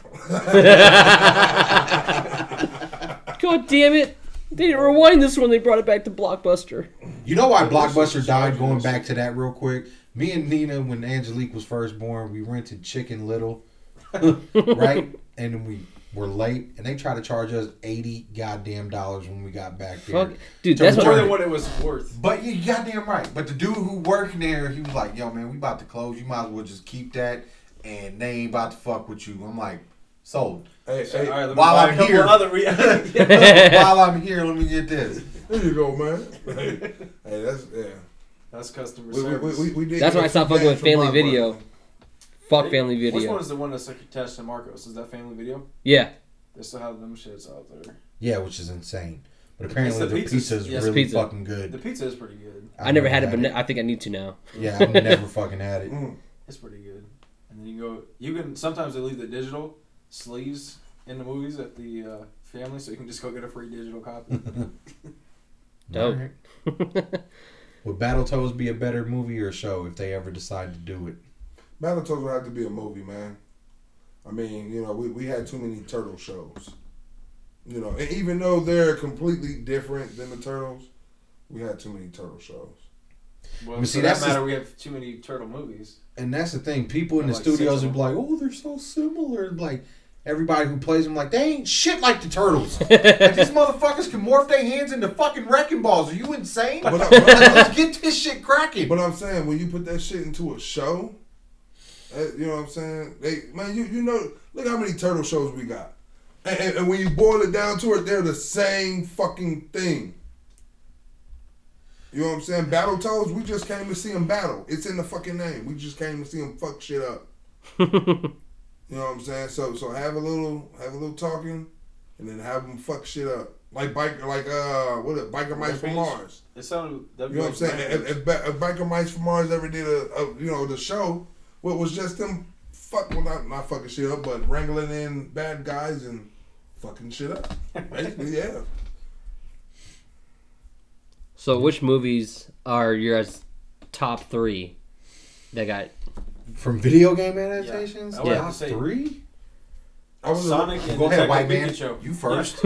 C: God damn it. They didn't rewind this one, they brought it back to Blockbuster.
B: You know why Blockbuster died? Going back to that real quick. Me and Nina, when Angelique was first born, we rented Chicken Little, right? And then we were late, and they tried to charge us eighty goddamn dollars when we got back there.
C: Fuck. Dude,
B: To
C: that's
A: More
C: what.
A: than what it was worth.
B: But you goddamn right. But the dude who worked there, he was like, "Yo, man, we about to close. You might as well just keep that, and they ain't about to fuck with you." I'm like, "Sold."
D: Hey,
A: So, all
D: hey,
A: right, let me
B: while
A: buy a
B: I'm
A: couple
B: here.
A: Other re- yeah.
B: While I'm here, let me get this.
D: there you go, man. hey, that's yeah.
A: That's customer
D: We, we,
A: service.
D: we, we, we did
C: That's
D: get
C: why I
D: a
C: stopped
D: few
C: fucking
D: things
C: with
D: from
C: Family
D: Blockbuster.
C: Video. Fuck Family
A: Which
C: Video.
A: one is the one that's like attached to Marcos? Is that Family Video?
C: Yeah,
A: They still have them shits out there.
B: Yeah, which is insane. But apparently
A: the
B: the,
A: pizza.
B: pizza is
A: Yeah, it's
B: really
C: pizza.
B: fucking good.
A: The pizza is pretty good.
B: I've
C: I never had it,
B: had
C: but ne- I think I need to now.
B: Yeah, I've never fucking had it.
D: Mm.
A: It's pretty good. and then you go. You can sometimes they leave the digital sleeves in the movies at the uh, family, so you can just go get a free digital copy.
C: Dope.
B: Alright. Would Battletoads be a better movie or show if they ever decide to do it?
D: Battletoads would have to be a movie, man. I mean, you know, we, we had too many turtle shows. You know, and even though they're completely different than the turtles, we had too many turtle shows.
A: Well,
B: But
A: see,
B: see,
A: for that
B: that's
A: matter,
B: just-
A: we have too many turtle movies.
B: And that's the thing. People in the
A: Like six
B: studios
A: of
B: would be like, "Oh, they're so similar." Like everybody who plays them, like they ain't shit like the turtles. like these motherfuckers can morph their hands into fucking wrecking balls. Are you insane?
A: uh,
D: But I-
B: Like, let's get this shit cracking.
D: But I'm saying when you put that shit into a show, uh, you know what I'm saying? They man, you you know, look how many turtle shows we got, and, and, and when you boil it down to it, they're the same fucking thing. You know what I'm saying? Battletoads, we just came to see them battle. It's in the fucking name. We just came to see them fuck shit up. You know what I'm saying? So so have a little have a little talking, and then have them fuck shit up like biker like uh what a biker Mike
A: Rampage?
D: from Mars.
A: It sounded.
D: You know what I'm saying? If, if, Ba- if Biker Mice from Mars ever did a, a you know the show, what was just them fuck well not not fucking shit up, but wrangling in bad guys and fucking shit up. Basically, yeah.
C: So, which movies are your guys' top three that got
B: From video game adaptations,
A: uh, I would
C: have
B: top
A: to say-
B: three.
D: I was
A: Sonic and
B: Go ahead,
A: Detective
B: white man.
A: Pikachu.
B: You first.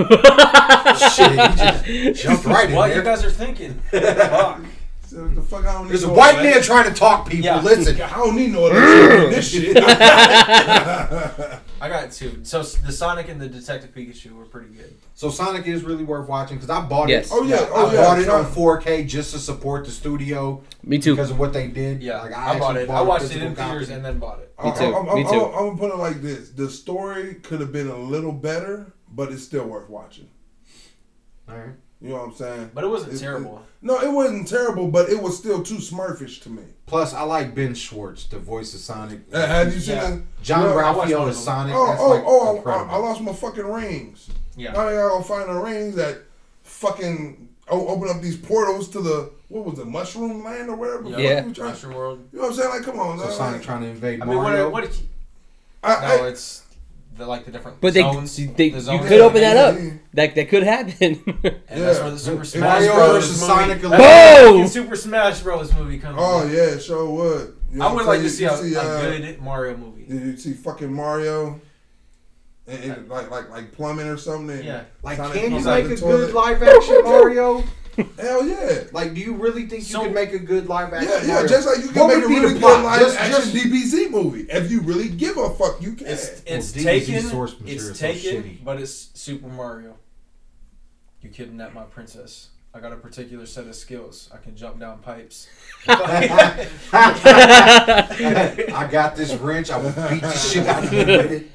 B: shit, you just jumped right in
A: What
B: there.
A: you guys are thinking? Fuck.
D: I said, what the fuck I don't need
B: There's a
D: no
B: white
D: elect-
B: man trying to talk, people.
A: Yeah.
B: Listen.
D: I don't need no electricity in this shit.
A: I got two. So s- the Sonic and the Detective Pikachu were pretty good.
B: So Sonic is really worth watching because I bought
C: Yes.
B: it.
D: Oh, yeah. Oh,
B: I
D: yeah.
B: bought it
D: Sure.
B: on 4K just to support the studio
C: me too?
B: because of what they did.
A: Yeah,
B: Like,
A: I, bought
B: actually
A: it. I
B: a
A: watched it
B: physical
A: in theaters
B: copy.
A: and then bought it.
D: I'm,
C: too,
D: I'm,
C: me
D: I'm,
C: too.
D: I'm, I'm gonna put it like this: the story could have been a little better, but it's still worth watching.
B: All right.
D: You know what I'm saying?
A: But it wasn't
D: It's-
A: terrible.
D: No, it wasn't terrible, but it was still too Smurfish to me.
B: Plus, I like Ben Schwartz, the voice of Sonic.
D: Uh, Have you seen
A: Yeah.
D: that?
B: John
D: Yeah, I
A: watched one
B: Ralphio
A: of
B: is
A: them.
B: Sonic.
D: Oh,
B: That's
D: oh,
B: like
D: oh! I-
B: incredible.
D: I, I lost my fucking rings.
A: Yeah.
D: Now I gotta go find the rings that fucking o- open up these portals to the what was it, Mushroom Land or whatever.
A: Yeah.
D: Fuck
C: Yeah.
D: You, trying,
A: Mushroom World.
D: you know what I'm saying? Like, come on,
B: so
D: man.
B: Sonic
D: Like,
B: trying to invade
A: I mean, what?
B: Mario.
A: What? Did you,
D: I, I,
A: no, it's the like the different
C: But they,
A: zones.
C: they
A: the
C: you
A: zones
C: could
A: are
C: open that up.
D: Yeah.
C: That that could happen.
A: And that's
D: Yeah.
A: where the Super
B: It's
A: Smash
B: Mario
A: Bros.
B: versus
A: movie.
B: Sonic
A: that's
B: alone.
A: where the
C: Oh!
A: fucking Super Smash Bros. movie comes.
D: oh
A: out.
D: yeah, sure would. You know
A: I
D: what
A: would
D: I'm
A: like to see
D: saying?
A: a,
D: You
A: a
D: uh,
A: good Mario movie.
D: You, you see fucking Mario, and, and like like like plumbing or something. and
A: Yeah.
B: Like,
D: Sonic
B: can you
D: comes
A: out
B: make
D: of
B: a
D: the
B: good
D: toilet.
B: live action Mario?
D: Hell yeah.
B: Like, do you really think you
A: So-
B: could make a good live action?
D: Yeah, yeah,
B: Mario?
D: just like you
B: What
D: can make
B: would
D: a
B: be the
D: really good
B: plot?
D: live
B: Just-
D: action
B: just-
D: DBZ movie. If you really give a fuck, you can.
A: It's
B: Well,
A: it's
B: DBZ
A: taken.
B: source material
A: it's
B: is so
A: taken,
B: shitty.
A: but it's Super Mario. You kidnapped my princess. I got a particular set of skills. I can jump down pipes.
B: I got this wrench. I will beat the shit out of you with it.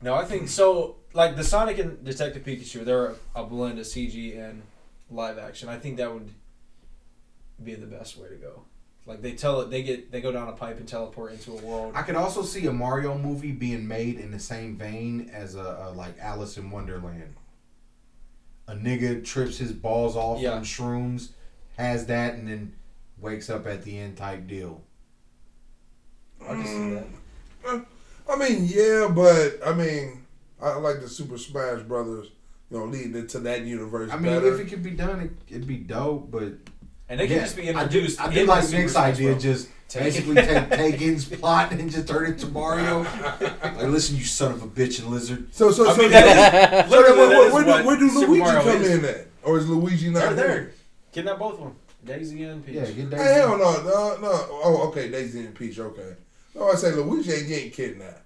A: No, I think so. Like the Sonic and Detective Pikachu, they're a blend of CG and live action. I think that would be the best way to go. Like they tell it, they get they go down a pipe and teleport into a world.
B: I could also see a Mario movie being made in the same vein as a, a like Alice in Wonderland. A nigga trips his balls off
A: Yeah.
B: on shrooms, has that, and then wakes up at the end type deal.
A: I can see that.
D: I mean, yeah, but I mean, I like the Super Smash Brothers. You know, leading into that universe.
B: I mean,
D: better.
B: if it could be done, it, it'd be dope. But
A: And they
B: yeah,
A: can just be
B: I do-
A: introduced.
B: I
A: in
B: did
A: the
B: like
A: Super
B: Nick's
A: Smash
B: idea,
A: Bros.
B: just
A: Take-
B: basically take Pagan's plot and just turn it to Mario. like, listen, you son of a bitch and lizard.
D: so, so,
A: I
D: so,
A: mean,
D: so
A: that is,
D: then
A: literally,
D: where,
A: that is
D: where,
A: what
D: do, where do
A: Super
D: Luigi
A: Mario
D: come
A: is.
D: in at? Or is Luigi not
A: They're
D: here?
A: there. Kidnap both of them. Daisy and Peach.
B: Yeah, get that.
D: Hey, hell no, no, no. Oh, okay, Daisy and Peach. Okay. No, I say Luigi ain't getting kidnapped.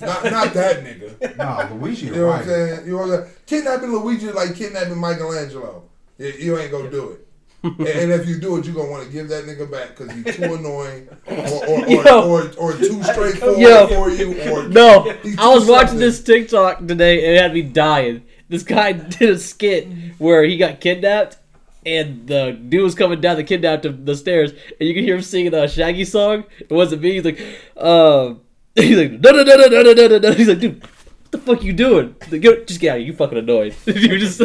D: Not, not that nigga.
B: Nah, Luigi,
D: You
B: you're
D: know what I'm
B: right.
D: saying? You know what I'm saying? Kidnapping Luigi is like kidnapping Michelangelo. You, you ain't gonna do it. and, and if you do it, you gonna want to give that nigga back because he's too annoying, or or, or,
C: Yo.
D: or, or too straightforward
C: Yo.
D: for you. Or
C: No,
D: he's
C: I was
D: too
C: watching
D: something.
C: this TikTok today and it had me dying. This guy did a skit where he got kidnapped and the dude was coming down the kidnapped the- the stairs and you could hear him singing a Shaggy song. It wasn't me. He's like, um, he's like, no, no, no, no, no, no, no, no, no. He's like, dude, what the fuck you doing? He's like, "Yo, just get out of here. You fucking annoyed. you just.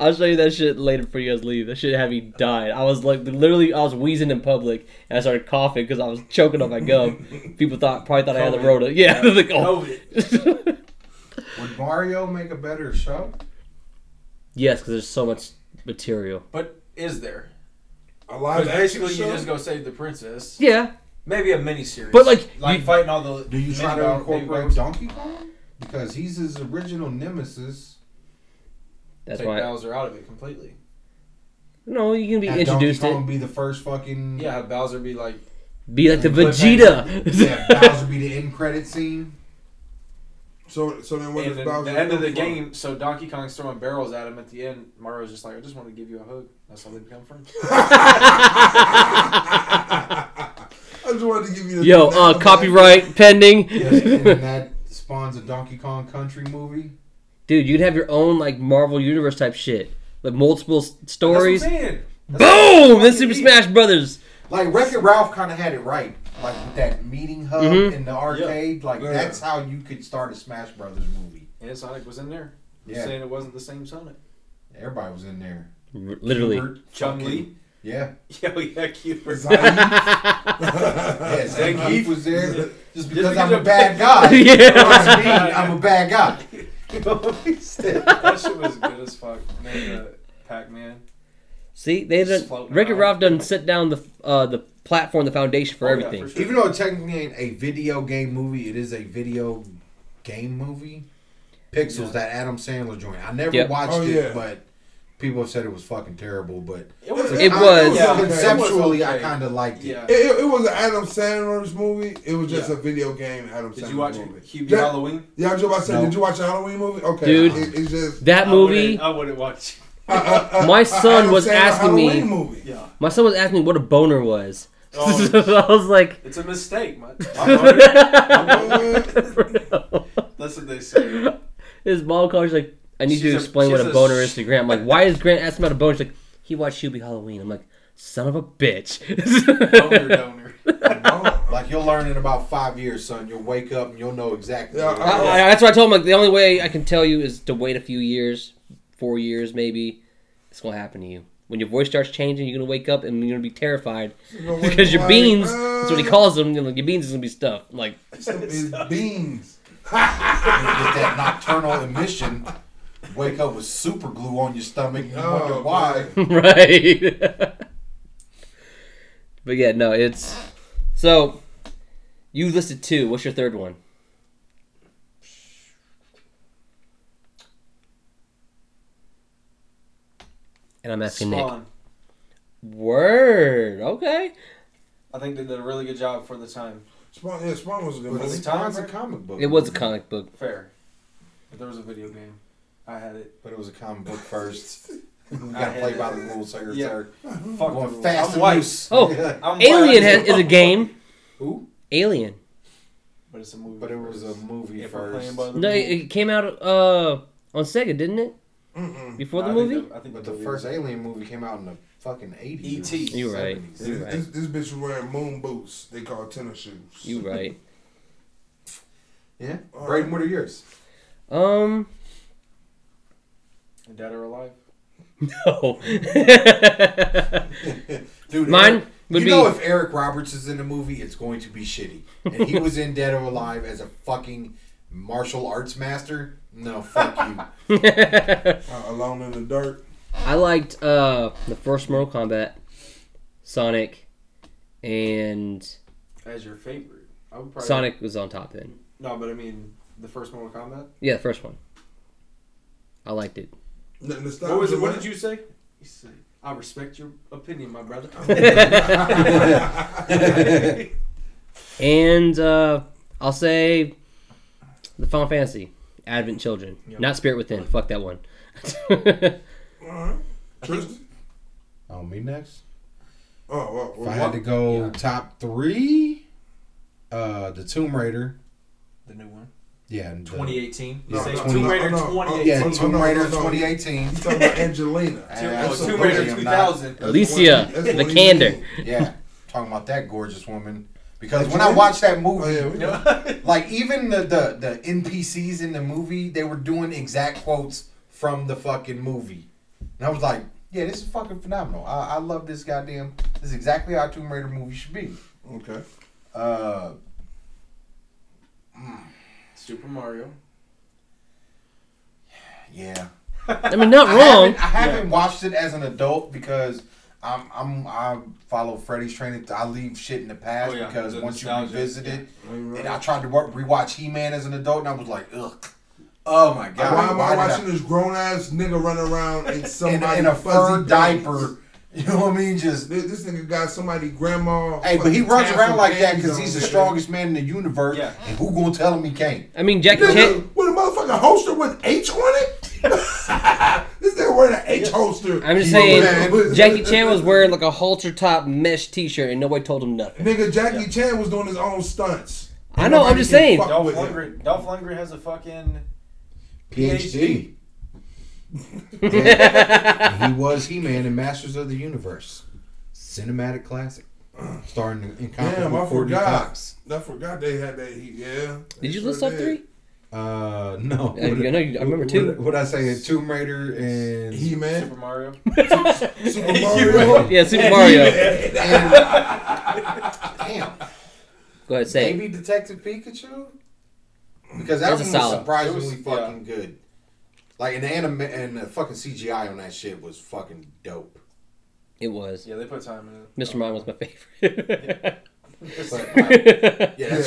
C: I'll show you that shit later before you guys leave. That shit had me dying. I was like, literally, I was wheezing in public and I started coughing because I was choking on my gum. People thought, probably thought I had the
A: COVID.
C: rota. Yeah, like, oh.
A: COVID.
B: Would Mario make a better show?
C: yes, because there's so much material.
A: But is there?
D: A
A: 'Cause
D: live action
A: basically, you
D: show?
A: just go save the princess.
C: Yeah,
A: Maybe a mini series.
C: But, like,
A: like
C: you-
A: fighting all the.
B: Do you try to
A: mini-
B: incorporate Donkey Kong? Because he's his original nemesis.
C: that's
A: take
C: why.
A: Bowser out of it completely.
C: No, you can be
B: Have
C: introduced
B: Donkey
C: to
B: Kong be the first fucking
A: Yeah, have Bowser be like,
C: be like the
B: Cliffhanger. Yeah,
C: Vegeta.
B: Bowser be the end credit scene.
D: So, so then what
A: and
D: is
A: then
D: Bowser
A: the end of the
D: doing for him?
A: game. So Donkey Kong's throwing barrels at him at the end. Mario's just like, I just want to give you a hug. That's how they become friends.
D: I just wanted to give you the
C: Yo, uh, copyright pending.
B: and then that spawns a Donkey Kong Country movie.
C: Dude, you'd have your own like Marvel Universe type shit, like multiple s- stories.
A: That's what I'm saying. That's what
C: Boom!
A: I'm
C: Then
A: fucking
C: Super
A: mean.
C: Smash Brothers.
B: Like Wreck It Ralph kind of had it right, like with that meeting hub
C: Mhm.
B: in the arcade. Like
D: Yeah.
B: that's how you could start a Smash Brothers movie.
A: And Sonic was in there. You're
B: Yeah.
A: saying it wasn't the same Sonic.
B: Everybody was in there.
C: R- Literally.
B: Hubert,
A: Chung Lee.
B: Yeah,
A: Yo, yeah, cute.
D: Uh,
B: yeah.
A: Zangief.
B: Zangief was there just because,
A: because
B: I'm a
A: I'm
B: bad guy.
C: yeah.
B: Doesn't mean I'm a bad guy.
A: that shit was good as fuck. Man, uh, Pac Man.
C: See, they
A: Just
C: done
A: floating
C: Rick and
A: around.
C: Ralph done set down the uh, the platform, the foundation for
A: Oh, yeah,
C: everything.
A: for sure.
B: Even though it technically ain't a video game movie, it is a video game movie. Pixels,
A: Yeah.
B: that Adam Sandler joint. I never
C: Yep.
B: watched
D: Oh,
B: it,
D: yeah.
B: but people have said it was fucking terrible. But
A: It was.
C: It
B: I-
C: was-
A: Yeah.
B: conceptually,
A: It was
B: I
A: okay.
B: kind of liked it.
A: yeah.
D: It, it, it was an Adam Sandler's movie. It was just
A: Yeah.
D: a video game Adam
A: Did
D: Sandler
A: you watch
D: movie.
A: Cube
D: yeah,
A: Halloween?
D: yeah, I was just about to say,
B: No.
D: did you watch a Halloween movie? Okay.
C: Dude.
D: It, it's just.
C: That
A: I
C: movie,
A: wouldn't- I wouldn't watch. Uh,
C: my son
D: Adam
C: was
D: Sandler
C: asking
D: Halloween
C: me.
D: Movie.
A: Yeah.
C: My son was asking me what a boner was.
A: Oh.
C: so I was like,
A: It's a mistake, man.
D: What?
A: That's what they say.
C: his mom calls. She's like, I need you
A: She's
C: to
A: a-
C: explain what
A: she's
C: a
A: a
C: boner
A: sh-
C: is to Grant. I'm like, why is Grant asking about a boner? She's like, he watched Hubie Halloween. I'm like, son of a bitch.
A: Donor, donor.
D: Oh,
B: Like you'll learn in about five years, son. You'll wake up and you'll know exactly.
D: Yeah,
B: what it
D: I-
B: is.
C: I, I- that's what I told him. Like the only way I can tell you is to wait a few years, four years maybe. It's gonna happen to you. When your voice starts changing, you're gonna wake up and you're gonna be terrified because your
D: like,
C: beans.
D: Oh uh,
C: that's what he calls them. You know, your beans is gonna be stuffed. Like
D: It's beans.
B: Get that nocturnal emission. Wake up with super glue on your stomach. You wonder
D: Oh,
B: why.
D: man.
C: right. but yeah, no, it's so. You listed two. What's your third one? And I'm asking Nick.
A: Spawn.
C: Word. Okay.
A: I think they did a really good job for the time.
D: Spawn, yeah, Spawn was a good
A: Was
D: movie.
A: it time?
B: Spawn's a comic book.
C: It was a
B: movie,
C: comic book.
A: Fair. But there was a video game. I had it.
B: but it was a comic book first. you
A: I
B: gotta
A: had
B: play
A: it.
B: by the rules, sir.
A: Yeah.
B: sir.
A: Fuck the
B: Going
A: rules.
B: fast
A: I'm
B: and
A: white.
B: loose.
C: Oh,
B: Yeah.
A: I'm
C: Alien
A: white.
C: has, is a game.
B: Who?
C: Alien.
A: But it's a movie.
B: But it was a
A: first.
B: movie
A: If we're
B: first.
A: playing by the
C: No, it,
A: rules.
C: it came out uh on Sega, didn't it?
D: Mm-mm.
C: Before the
A: I think
C: movie.
A: I think
B: But the
A: movie
B: first
A: was-
B: Alien movie came out in the fucking eighties.
D: E
A: E.T..
C: You're right.
D: This,
C: You're right.
D: this bitch was wearing moon boots. They call it tennis shoes.
C: You right.
B: Yeah. Braden, what are yours?
C: Um.
A: Dead or Alive.
C: No.
B: Dude,
C: Mine
B: Eric-
C: would
B: you
C: be.
B: know if Eric Roberts is in a movie, it's going to be shitty. And he was in Dead or Alive as a fucking martial arts master. No, fuck you.
D: Uh, Alone in the dirt.
C: I liked uh the first Mortal Kombat, Sonic, and
A: As your favorite. I would probably
C: Sonic was on top then.
A: No, but I mean the first Mortal Kombat.
C: Yeah, the first one. I liked it.
D: N- nostalgia,
A: What was it? What
D: man.
A: did you say? He said, "I respect your opinion, my brother."
C: And uh I'll say the Final Fantasy, Advent Children,
A: Yep.
C: not Spirit Within. Fuck that one.
D: All right. Tristan?
B: Oh, me next.
D: Oh, well,
B: If I had to go top three, uh, the Tomb Raider.
A: the new one.
B: Yeah, and the-
A: 2018.
B: Yeah,
A: Say
B: 20
A: Tomb Raider
D: no, no, no.
A: 2018.
B: Yeah,
D: Oh,
B: Tomb
D: no, no,
B: Raider
D: no.
B: 2018.
D: You talking about Angelina?
B: Tomb-
A: Tomb,
B: Absolutely,
A: Tomb Raider
B: I'm not.
A: 2000.
C: Alicia,
D: That's
C: the
D: what he
C: candor.
D: mean.
B: Yeah, talking about that gorgeous woman. Because when I watched that movie,
D: Oh, yeah, we know.
B: like even the, the the NPCs in the movie, they were doing exact quotes from the fucking movie. And I was like, yeah, this is fucking phenomenal. I, I love this goddamn. This is exactly how a Tomb Raider movie should be.
D: Okay.
B: Uh,
A: Super Mario.
B: yeah.
C: I mean, not
B: I haven't,
C: wrong.
B: I haven't watched it as an adult because I'm I'm I follow Freddy's training. I leave shit in the past
A: Oh, yeah.
B: because
A: The
B: once you
A: nostalgia.
B: revisit it,
D: Alright.
B: and I tried to wa- rewatch He Man as an adult, and I was like, ugh, oh my god,
D: Why am I
B: did
D: watching this grown ass nigga run around in
B: in,
D: somebody
B: in a fur
D: fuzzy pants?
B: diaper? You know what I mean? Just
D: This, this nigga got somebody grandma.
B: hey, but he
D: fucking
B: runs
D: tassel
B: around like that
D: pants
B: because
D: on.
B: he's the strongest man in the universe.
A: Yeah.
B: And who gonna tell him he can't?
C: I mean, Jackie Chan.
D: Nigga, with a motherfucking holster with H on it? this nigga wearing an H holster.
C: I'm just
B: You know
C: saying,
D: what?
C: Jackie Chan was wearing like a halter top mesh T-shirt, and nobody told him nothing.
D: Nigga, Jackie Chan was doing his own stunts.
C: I know, I'm just saying.
D: Fuck
A: Dolph
D: with him.
A: Lundgren. Dolph Lundgren has a fucking.
B: PhD. he was He Man in Masters of the Universe, cinematic classic, starring the
D: Damn,
B: incomparable
D: I
B: Courtney
D: forgot.
B: Cox.
D: I forgot they had that. He, yeah.
C: Did you
D: They
C: list
D: sure
C: up three?
B: Uh, no.
C: I, I know. You, I remember
B: What-
C: two.
B: What, what I say? Tomb Raider and
D: did. He
A: Super
D: man,
A: Mario.
D: Super Mario.
C: Yeah, Super Mario.
B: and- damn,
C: Go ahead, say. it.
B: maybe Detective Pikachu. Because that
C: That's a
B: one was
C: solid.
B: surprisingly
A: It was- yeah.
B: fucking good. Like an anime and the fucking CGI on that shit was fucking dope.
C: It was
A: Yeah, they put time in it.
C: Mr. Mime was my favorite.
B: But,
C: I
B: Yeah, that's
D: Yeah,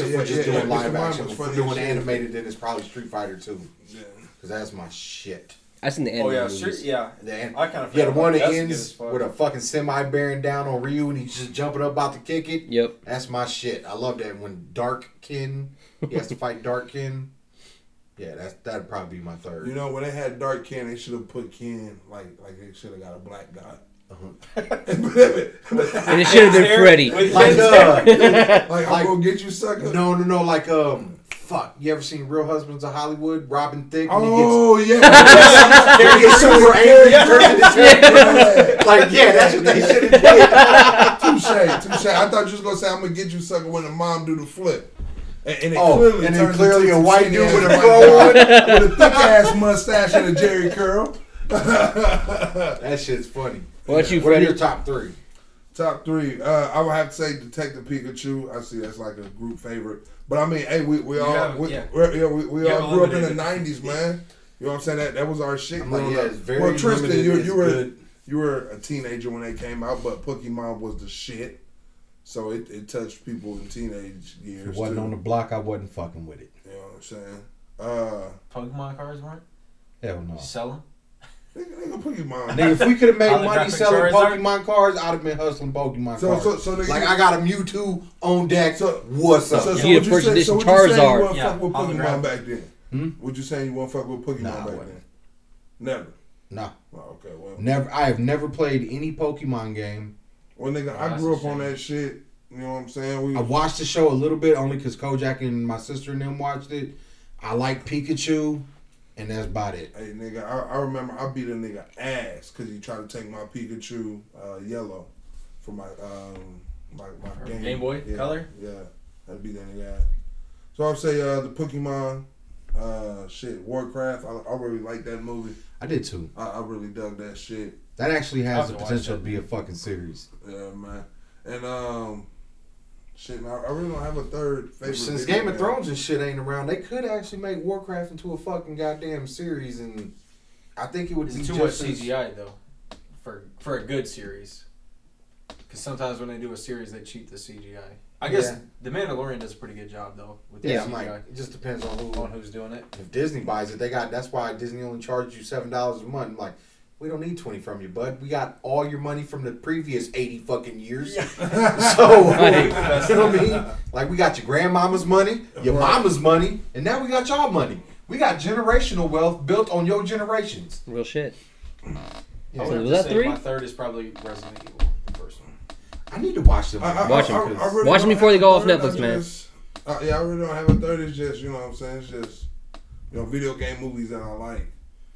B: if
D: yeah,
B: we're just
D: yeah,
B: doing
D: yeah.
B: live
D: Mr. Mime
B: action.
D: was
B: If we're
D: funny
B: doing
D: as shit.
B: animated, then it's probably Street Fighter 2.
D: Yeah.
B: Because that's my shit.
C: seen the anime.
A: Oh yeah,
C: movies.
A: sure, yeah.
B: The an-
A: I kind of
B: yeah, the one that ends with a fucking semi bearing down on Ryu and he's just jumping up about to kick it.
C: Yep.
B: That's my shit. I love that. When Darkkin, he has to fight Darkkin. Yeah, that's, that'd probably be my third.
D: You know when they had Dark Ken, they should have put Ken like like they should have got a black guy.
C: And it should have been Freddy.
B: like, uh,
D: Like
B: Like-
D: I'm gonna get you sucker.
B: no, no, no, like, um, fuck. You ever seen Real Husbands of Hollywood? Robin Thicke? when
D: Oh yeah.
B: he gets, he gets super angry, he turns into Terry
D: Yeah.
B: Like, yeah, that's what they should have
D: Touche, touche. I thought you was gonna say I'm gonna get you sucker when the mom do the flip. And, and it
B: Oh,
D: clearly
B: and then
D: turns
B: clearly
D: into
B: a
D: some
B: white
D: shitty
B: dude
D: ass
B: with a
D: white
B: fro
D: guy with a thick ass mustache and a Jerry curl.
B: That shit's funny.
C: What you,
B: What are your
C: Freddy?
B: top three?
D: Top three. Uh, I would have to say Detective Pikachu. I see that's like a group favorite. But I mean, hey, we, we all
A: have-
D: we,
A: yeah.
D: we're- yeah, we, we
A: You
D: all
A: have
D: grew up in the
A: limited-
D: nineties, man. You know what I'm saying? That that was our shit.
B: I'm like,
D: growing
B: yeah,
D: up.
B: it's very
D: well, Tristan,
B: limited,
D: you,
B: it's
D: you were
B: good.
D: you were a teenager when they came out, but Pokemon was the shit. So it, it touched people in teenage years. too.
B: block, I wasn't fucking with it.
D: you know what I'm saying? Uh,
A: Pokemon cards weren't.
B: Hell no.
A: Sell them.
D: nigga, nigga, Pokemon.
B: Nigga, if we could have made
A: Holographic
B: money selling
A: Charizard?
B: Pokemon cards, I'd have been hustling Pokemon
D: So-
B: cards.
D: so- so nigga,
B: like,
D: you-
B: I got a Mewtwo on deck. What's up?
D: So, so
C: You
D: what
C: the
D: you
C: first
D: say?
C: edition
D: So what you saying? You
C: Charizard.
D: won't
A: Yeah,
D: fuck with
A: on the
D: Pokemon
A: ground.
D: back then?
B: Hmm?
D: Would you saying you won't fuck with Pokemon
B: Nah, I
D: back
B: wouldn't.
D: then? Never.
B: no,
D: Oh, okay. Well,
B: never. I have never played any Pokemon game.
D: Well, nigga, I
A: That's
D: grew
A: a
D: up on
A: shame.
D: that shit. You know what I'm saying? We
B: I watched the show a little bit only because Kojak and my sister and them watched it. I like Pikachu, and that's about it.
D: Hey, nigga, I, I remember I beat a nigga ass because he tried to take my Pikachu uh, yellow for my um my, my game.
A: Game Boy
D: yeah,
A: Color?
D: Yeah, I beat that nigga ass. So I'll say uh, the Pokemon uh, shit, Warcraft. I, I really like that movie.
B: I did too.
D: I, I really dug that shit.
B: That actually has the
A: I'll watch
B: potential
A: that.
B: to be a fucking series.
D: Yeah, man. And um, shit, and I, I really don't have a third favorite.
B: Since
D: video
B: Game of
D: game.
B: Thrones and shit ain't around, they could actually make Warcraft into a fucking goddamn series, and I think it would be
A: It's too
B: just
A: much
B: as-
A: CGI though, for for a good series. Because sometimes when they do a series, they cheat the CGI. I guess
B: Yeah.
A: The Mandalorian does a pretty good job though with the
B: Yeah, I'm
A: CGI
B: like, it just depends on who.
A: on who's doing it.
B: If Disney buys it, they got. That's why Disney only charges you seven dollars a month. I'm like, we don't need twenty from you, bud. We got all your money from the previous eighty fucking years. so
C: Right.
B: you know what I mean? Like we got your grandmama's money, your
D: Right.
B: mama's money, and now we got y'all money. We got generational wealth built on your generations.
C: Real shit.
A: I would
C: So
A: have
C: was
A: to
C: that
A: say
C: three?
A: My third is probably Resident Evil, the first one.
B: I need to watch them.
D: I- I-
C: Watch
D: I-
C: 'em,
D: I-
B: cause-
D: I really
C: watch 'em
D: don't
C: before they go
D: have a
C: off
D: third,
C: Netflix,
D: I
C: man.
D: just- uh, yeah, I really don't have a third. It's just you know what I'm saying. It's just you know video game movies that I like.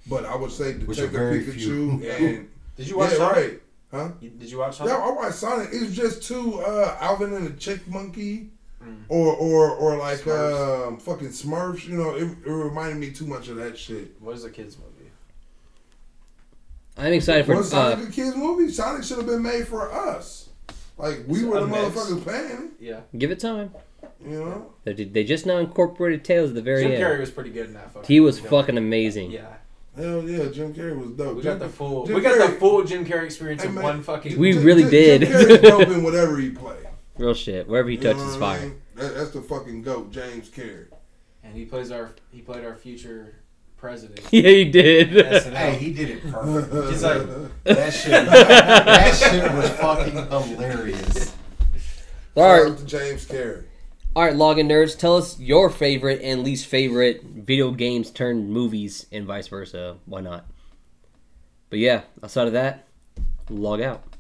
D: But I would say
B: Which are
D: Detective
B: very
D: Pikachu
B: few.
D: and
A: Did you watch
D: yeah,
A: Sonic?
D: right. Huh?
A: You- Did you watch
D: Yeah,
A: Sonic?
D: I watched Sonic. It's just two uh, Alvin and the Chick Monkey, or or or like
A: Mm. Smurfs.
D: um, fucking Smurfs. You know, it, it reminded me too much of that shit.
A: What is a kids movie?
C: I'm excited for
D: What's Sonic
C: uh,
D: a kids movie? Sonic should have been made for us. Like we
A: It's
D: were the
A: a mix.
D: motherfuckers paying.
A: Yeah.
C: give it time.
D: You know,
C: They, ju- they just now incorporated Tails at the very
A: Jim
C: end.
A: Carrey was pretty good in that. Fucking
C: He was
A: film.
C: fucking amazing.
A: Yeah.
D: hell yeah, Jim Carrey was dope.
A: We
D: Jim-
A: got the full.
D: Jim
A: we got
D: Carrey-
A: the full Jim Carrey experience
D: Hey,
A: in
D: man,
A: one fucking.
C: We
D: Jim-
C: really
D: Jim-
C: did.
D: Jim Carrey's dope in whatever he play.
C: Real shit. Wherever he
D: You know
C: touches
D: what I
A: Mm.
C: fire.
D: mean? That, that's the fucking goat, James Carrey.
A: and he plays our. He played our future president.
C: Yeah, he did.
A: SNL.
B: Hey, he did it perfect.
A: He's like-
B: That shit, that shit was fucking hilarious.
C: All
D: Shout
C: right,
D: out to James Carrey.
C: all right, login nerds. Tell us your favorite and least favorite video games turned movies, and vice versa. Why not? But yeah, outside of that, log out.